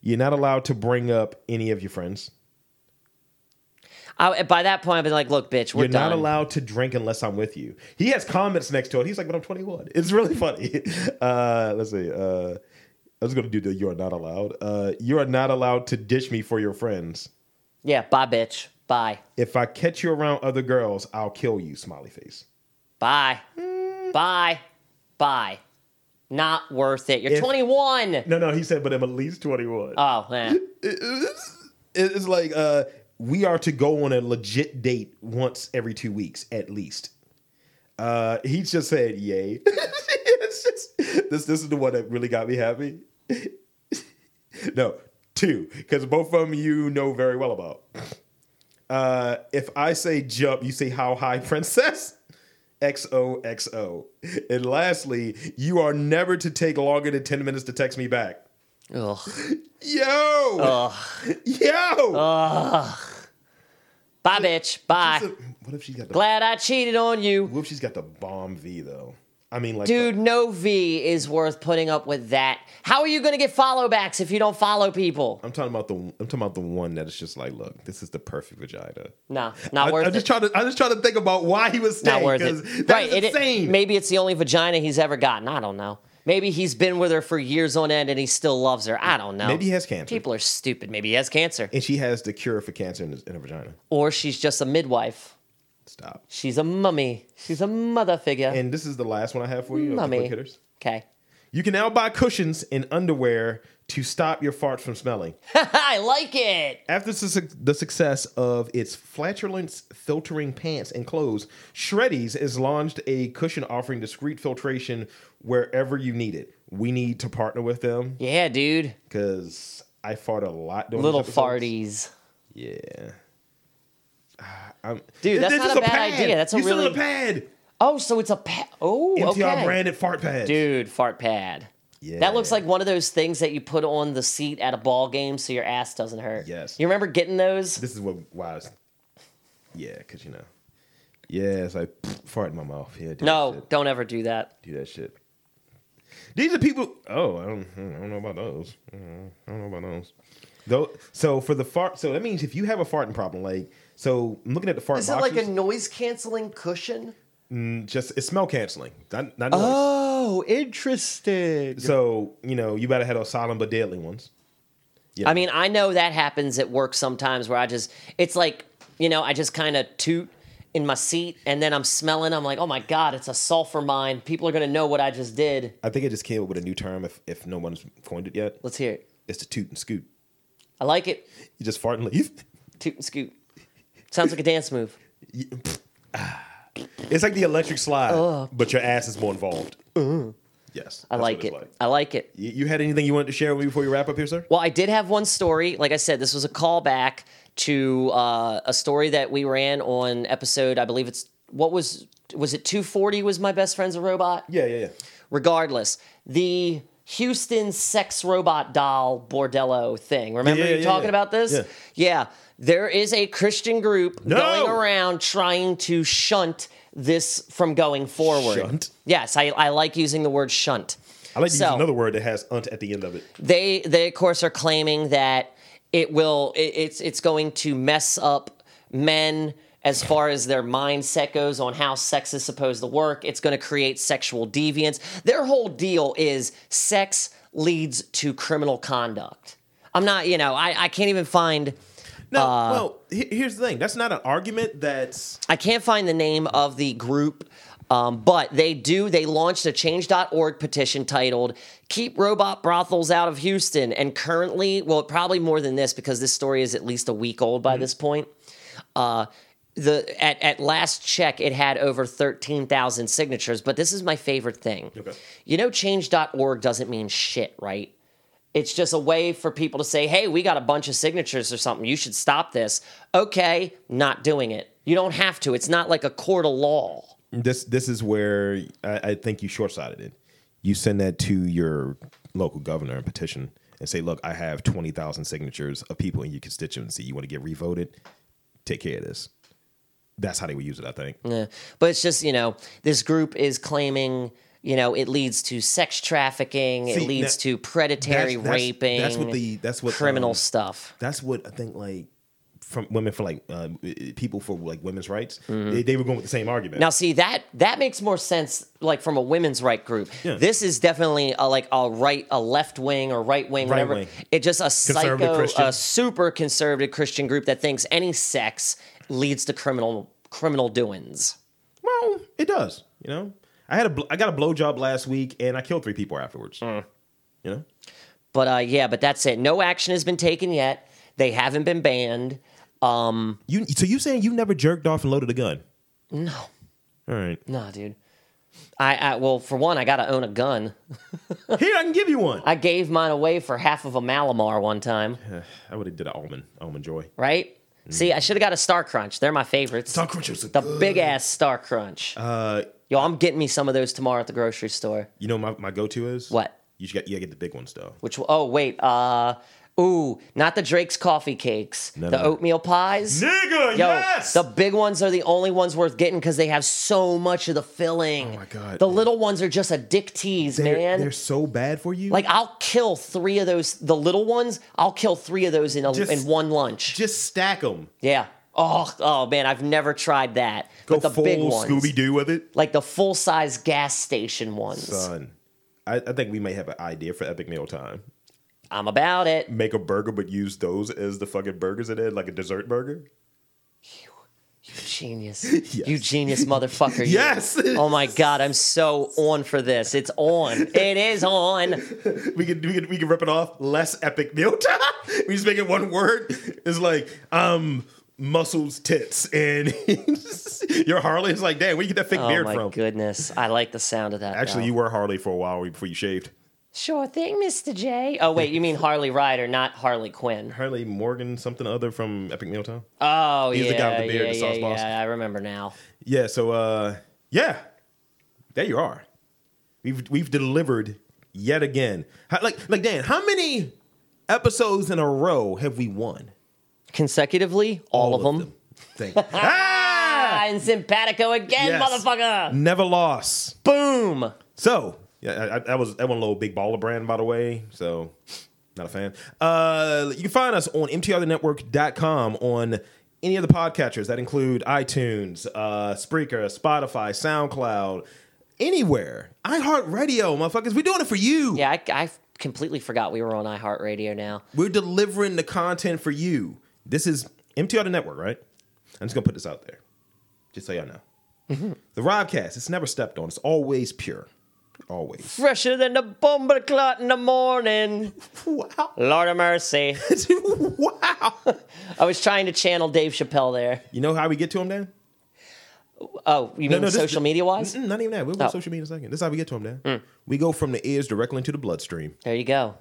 [SPEAKER 1] You're not allowed to bring up any of your friends.
[SPEAKER 2] I, by that point, I've been like, "Look, bitch, we're
[SPEAKER 1] You're
[SPEAKER 2] done."
[SPEAKER 1] not allowed to drink unless I'm with you. He has comments next to it. He's like, but I'm 21. It's really funny. Uh, let's see. Uh, I was going to do the you are not allowed. Uh, you are not allowed to ditch me for your friends.
[SPEAKER 2] yeah, bye, bitch. Bye,
[SPEAKER 1] If I catch you around other girls, I'll kill you. Smiley face.
[SPEAKER 2] bye, bye, bye. Not worth it. You're
[SPEAKER 1] If-
[SPEAKER 2] 21.
[SPEAKER 1] No, no, he said, but I'm at least 21.
[SPEAKER 2] Oh, eh.
[SPEAKER 1] It- it's like uh, we are to go on a legit date once every two weeks at least. Uh, he just said, "Yay!" It's just- this this is the one that really got me happy. no, two because both of them you know very well about. Uh, if I say jump, you say how high, princess. XOXO. And lastly, you are never to take longer than 10 minutes to text me back.
[SPEAKER 2] Ugh.
[SPEAKER 1] Yo! Yo!
[SPEAKER 2] Bye, bitch. Bye.
[SPEAKER 1] What if she's got the
[SPEAKER 2] Glad I cheated on you.
[SPEAKER 1] What if she's got the bomb V though? I mean, like,
[SPEAKER 2] Dude, no V is worth putting up with that. How are you going to get follow backs if you don't follow people?
[SPEAKER 1] I'm talking about the I'm talking about the one that is just like, look, this is the perfect vagina.
[SPEAKER 2] No, not
[SPEAKER 1] I,
[SPEAKER 2] worth
[SPEAKER 1] I'm just
[SPEAKER 2] it.
[SPEAKER 1] trying to I just trying to think about why he was
[SPEAKER 2] Not
[SPEAKER 1] staying
[SPEAKER 2] worth
[SPEAKER 1] because
[SPEAKER 2] it.
[SPEAKER 1] that's
[SPEAKER 2] it- it-
[SPEAKER 1] insane.
[SPEAKER 2] maybe it's the only vagina he's ever gotten. I don't know. Maybe he's been with her for years on end and he still loves her. I don't know.
[SPEAKER 1] Maybe he has cancer,
[SPEAKER 2] People are stupid. Maybe he has cancer.
[SPEAKER 1] and she has the cure for cancer in, his, in her vagina.
[SPEAKER 2] Or she's just a midwife.
[SPEAKER 1] Stop.
[SPEAKER 2] She's a mummy. She's a mother figure.
[SPEAKER 1] And this is the last one I have for you. of the
[SPEAKER 2] Mummy.
[SPEAKER 1] quick hitters.
[SPEAKER 2] okay.
[SPEAKER 1] You can now buy cushions and underwear to stop your farts from smelling.
[SPEAKER 2] I like it.
[SPEAKER 1] After the suc- the success of its flatulence filtering pants and clothes, Shreddies has launched a cushion offering discreet filtration wherever you need it. We need to partner with them
[SPEAKER 2] Yeah, dude.
[SPEAKER 1] because I fart a lot. During
[SPEAKER 2] Little
[SPEAKER 1] these episodes.
[SPEAKER 2] farties.
[SPEAKER 1] Yeah. Ah, I'm,
[SPEAKER 2] Dude, that's
[SPEAKER 1] It's
[SPEAKER 2] not
[SPEAKER 1] just
[SPEAKER 2] a bad idea. That's a
[SPEAKER 1] you
[SPEAKER 2] really-
[SPEAKER 1] a pad.
[SPEAKER 2] Oh, so it's a pad. Oh,
[SPEAKER 1] MTR
[SPEAKER 2] okay.
[SPEAKER 1] branded fart pads.
[SPEAKER 2] Dude, fart pad.
[SPEAKER 1] Yeah.
[SPEAKER 2] That looks like one of those things that you put on the seat at a ball game so your ass doesn't hurt.
[SPEAKER 1] Yes.
[SPEAKER 2] You remember getting those?
[SPEAKER 1] This is what why I was. Yeah, because you know. Yeah, it's like fart in my mouth. Yeah. do that
[SPEAKER 2] no,
[SPEAKER 1] shit.
[SPEAKER 2] don't ever do that.
[SPEAKER 1] do that shit. These are people. Oh, I don't, I don't know about those. I don't know- I don't know about those. Though, so for the fart, so that means if you have a farting problem, like, so I'm looking at the fart
[SPEAKER 2] Is it
[SPEAKER 1] boxes.
[SPEAKER 2] like a noise canceling cushion?
[SPEAKER 1] Mm, Just it's smell canceling, not not noise.
[SPEAKER 2] Oh, interesting.
[SPEAKER 1] so you know you better have those silent but deadly ones. Yeah,
[SPEAKER 2] I mean, I know that happens at work sometimes where I just, it's like, you know, I just kind of toot in my seat and then I'm smelling. I'm like, oh my God, it's a sulfur mine. People are going to know what I just did.
[SPEAKER 1] I think it just came up with a new term if if no one's coined it yet.
[SPEAKER 2] Let's hear it.
[SPEAKER 1] It's to toot and scoot.
[SPEAKER 2] I like it.
[SPEAKER 1] You just fart and leave.
[SPEAKER 2] Toot and scoot. Sounds like a dance move.
[SPEAKER 1] It's like the electric slide, but your ass is more involved. Yes,
[SPEAKER 2] I like it. I like it.
[SPEAKER 1] You, you had anything you wanted to share with me before you wrap up here, sir?
[SPEAKER 2] Well, I did have one story. Like I said, this was a callback to uh, a story that we ran on episode. I believe it's what was was it two forty? Was my best friend's a robot?
[SPEAKER 1] Yeah, yeah, yeah.
[SPEAKER 2] Regardless, the Houston sex robot doll bordello thing. Remember
[SPEAKER 1] Yeah, yeah,
[SPEAKER 2] you
[SPEAKER 1] yeah,
[SPEAKER 2] talking
[SPEAKER 1] yeah.
[SPEAKER 2] about this?
[SPEAKER 1] Yeah.
[SPEAKER 2] Yeah, there is a Christian group
[SPEAKER 1] No!
[SPEAKER 2] going around trying to shunt this from going forward.
[SPEAKER 1] Shunt?
[SPEAKER 2] Yes, I, I like using the word shunt.
[SPEAKER 1] I like to use
[SPEAKER 2] So-
[SPEAKER 1] another word that has "unt" at the end of it.
[SPEAKER 2] they they of course are claiming that it will it, it's it's going to mess up men as far as their mindset goes on how sex is supposed to work it's going to create sexual deviance their whole deal is sex leads to criminal conduct i'm not you know i, I can't even find
[SPEAKER 1] No,
[SPEAKER 2] Uh,
[SPEAKER 1] well, he- here's the thing. That's not an argument. That's
[SPEAKER 2] I can't find the name of the group, um, but they do. They launched a change.org petition titled Keep Robot Brothels Out of Houston. And currently, well, probably more than this because this story is at least a week old by this point. Uh, the at, at last check it had over 13,000 signatures but this is my favorite thing.
[SPEAKER 1] Okay.
[SPEAKER 2] You know change.org doesn't mean shit, right? It's just a way for people to say, hey, we got a bunch of signatures or something. You should stop this. Okay, not doing it. You don't have to. It's not like a court of law.
[SPEAKER 1] this. This is where I, I think you short-sighted it. You send that to your local governor and petition and say, "Look, I have twenty thousand signatures of people in your constituency. You want to get revoted? Take care of this." That's how they would use it. I think.
[SPEAKER 2] Yeah. Uh, But it's just, you know, this group is claiming, you know, it leads to sex trafficking, it
[SPEAKER 1] See,
[SPEAKER 2] leads
[SPEAKER 1] that-
[SPEAKER 2] to
[SPEAKER 1] that's-
[SPEAKER 2] predatory
[SPEAKER 1] that's-
[SPEAKER 2] raping.
[SPEAKER 1] that's what the- that's what,
[SPEAKER 2] criminal
[SPEAKER 1] um,
[SPEAKER 2] stuff.
[SPEAKER 1] that's what I think like from women for like uh, people for like women's rights they, they were going with the same argument
[SPEAKER 2] Mm-hmm. Now, see that that makes more sense, like from a women's right group.
[SPEAKER 1] Yeah.
[SPEAKER 2] This is definitely a, like a right, a left wing or right wing,
[SPEAKER 1] Right
[SPEAKER 2] whatever.
[SPEAKER 1] wing.
[SPEAKER 2] It just a psycho,
[SPEAKER 1] Christian.
[SPEAKER 2] a super conservative Christian group that thinks any sex leads to criminal criminal doings.
[SPEAKER 1] well it does you know I had a bl- I got a blowjob last week and I killed three people afterwards you know
[SPEAKER 2] But uh, yeah, but that's it. No action has been taken yet. They haven't been banned. Um,
[SPEAKER 1] you so you saying you never jerked off and loaded a gun no all right
[SPEAKER 2] nah, dude. I, I well, for one, I gotta own a gun.
[SPEAKER 1] here I can give you one I,
[SPEAKER 2] I gave mine away for half of a Malamar one time,
[SPEAKER 1] would have did an almond almond joy
[SPEAKER 2] right? See, I should have got a Star Crunch. They're my favorites.
[SPEAKER 1] Tom Crunch was a
[SPEAKER 2] The
[SPEAKER 1] good-
[SPEAKER 2] big ass Star Crunch.
[SPEAKER 1] Uh,
[SPEAKER 2] Yo, I'm getting me some of those tomorrow at the grocery store.
[SPEAKER 1] you know my, my go to is
[SPEAKER 2] What?
[SPEAKER 1] you should get you gotta get the big ones though
[SPEAKER 2] Which oh wait, uh ooh, not the Drake's coffee cakes.
[SPEAKER 1] No,
[SPEAKER 2] the
[SPEAKER 1] no.
[SPEAKER 2] oatmeal pies.
[SPEAKER 1] nigga
[SPEAKER 2] Yo, the big ones are the only ones worth getting because they have so much of the filling. Oh
[SPEAKER 1] my God.
[SPEAKER 2] The little ones are just a dick tease,
[SPEAKER 1] they're,
[SPEAKER 2] man.
[SPEAKER 1] they're so bad for you
[SPEAKER 2] like I'll kill three of those. The little ones, I'll kill three of those in a,
[SPEAKER 1] Just-
[SPEAKER 2] in one lunch.
[SPEAKER 1] just stack them
[SPEAKER 2] yeah. Oh, oh man, I've never tried that.
[SPEAKER 1] go
[SPEAKER 2] but the
[SPEAKER 1] full
[SPEAKER 2] big ones,
[SPEAKER 1] Scooby Doo with it
[SPEAKER 2] like the full size gas station ones.
[SPEAKER 1] Son, I, I think we may have an idea for Epic Meal Time.
[SPEAKER 2] I'm about it.
[SPEAKER 1] Make a burger, but use those as the fucking burgers in it, like a dessert burger.
[SPEAKER 2] Genius. You genius motherfucker. you.
[SPEAKER 1] Yes!
[SPEAKER 2] Oh my God, I'm so on for this. It's on. It is on.
[SPEAKER 1] We could we could we could rip it off. Less Epic Meal Time. we just make it one word. It's like um muscles, tits, and your Harley is like, damn, where you get that fake
[SPEAKER 2] Oh
[SPEAKER 1] beard
[SPEAKER 2] my
[SPEAKER 1] from?
[SPEAKER 2] goodness. I like the sound of that.
[SPEAKER 1] Actually,
[SPEAKER 2] though.
[SPEAKER 1] you were Harley for a while before you shaved.
[SPEAKER 2] Sure thing, Mr. J. Oh, wait, you mean Harley Ryder, not Harley Quinn.
[SPEAKER 1] Harley Morgan, something other from Epic Meal Time.
[SPEAKER 2] Oh,
[SPEAKER 1] He's
[SPEAKER 2] yeah.
[SPEAKER 1] the guy with the beard,
[SPEAKER 2] yeah,
[SPEAKER 1] the sauce
[SPEAKER 2] yeah,
[SPEAKER 1] boss.
[SPEAKER 2] yeah, I remember now.
[SPEAKER 1] Yeah, so uh yeah. There you are. We've we've delivered yet again. How, like like Dan, how many episodes in a row have we won?
[SPEAKER 2] Consecutively, all, of, them.
[SPEAKER 1] Thank you. ah!
[SPEAKER 2] Ah, and Simpatico again,
[SPEAKER 1] Yes.
[SPEAKER 2] motherfucker.
[SPEAKER 1] Never lost.
[SPEAKER 2] Boom.
[SPEAKER 1] So, yeah, I, I, that was that one little big baller brand by the way. So, not a fan. Uh you can find us on mtrnetwork.com on any of the podcatchers that include iTunes, uh, Spreaker, Spotify, SoundCloud, anywhere, iHeartRadio, motherfuckers. We're doing it for you.
[SPEAKER 2] Yeah, I, I completely forgot we were on iHeartRadio now.
[SPEAKER 1] We're delivering the content for you. This is MTR the network, right? I'm just gonna put this out there, just so y'all know. The Robcast, it's never stepped on. It's always pure, always.
[SPEAKER 2] Fresher than the bomber clot in the morning.
[SPEAKER 1] Wow,
[SPEAKER 2] Lord of mercy.
[SPEAKER 1] wow.
[SPEAKER 2] I was trying to channel Dave Chappelle there.
[SPEAKER 1] You know how we get to him, Dan?
[SPEAKER 2] Oh, you mean
[SPEAKER 1] this- Mm-hmm.
[SPEAKER 2] social media wise?
[SPEAKER 1] Mm-mm, Not even that. We'll go
[SPEAKER 2] Oh. Mm.
[SPEAKER 1] social media in a second. This is how we get to him, Dan. We go from the ears directly into the bloodstream.
[SPEAKER 2] There you go.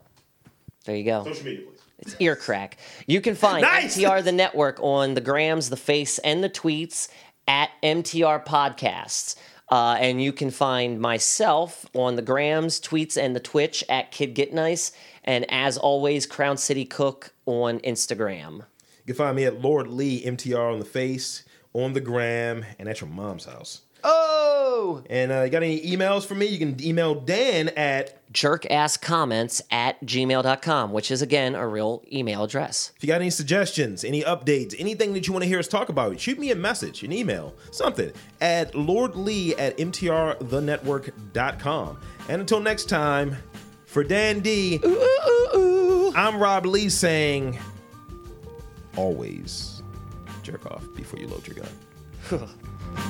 [SPEAKER 2] There you go.
[SPEAKER 1] Social media, please.
[SPEAKER 2] It's ear crack. You can find
[SPEAKER 1] Nice!
[SPEAKER 2] MTR the Network on the grams, the face, and the tweets at MTR Podcasts. Uh, and you can find myself on the grams, tweets, and the Twitch at Kid Get Nice. And as always, Crown City Cook on Instagram.
[SPEAKER 1] You can find me at Lord Lee MTR on the face, on the gram, and at your mom's house.
[SPEAKER 2] Oh!
[SPEAKER 1] And uh, you got any emails for me? You can email Dan at
[SPEAKER 2] Jerkasscomments at gmail.com, which is again a real email address.
[SPEAKER 1] If you got any suggestions, any updates, anything that you want to hear us talk about, shoot me a message, an email, something at lordlee at mtrthenetwork.com. And until next time, for Dan D, am Rob Lee saying, always jerk off before you load your gun.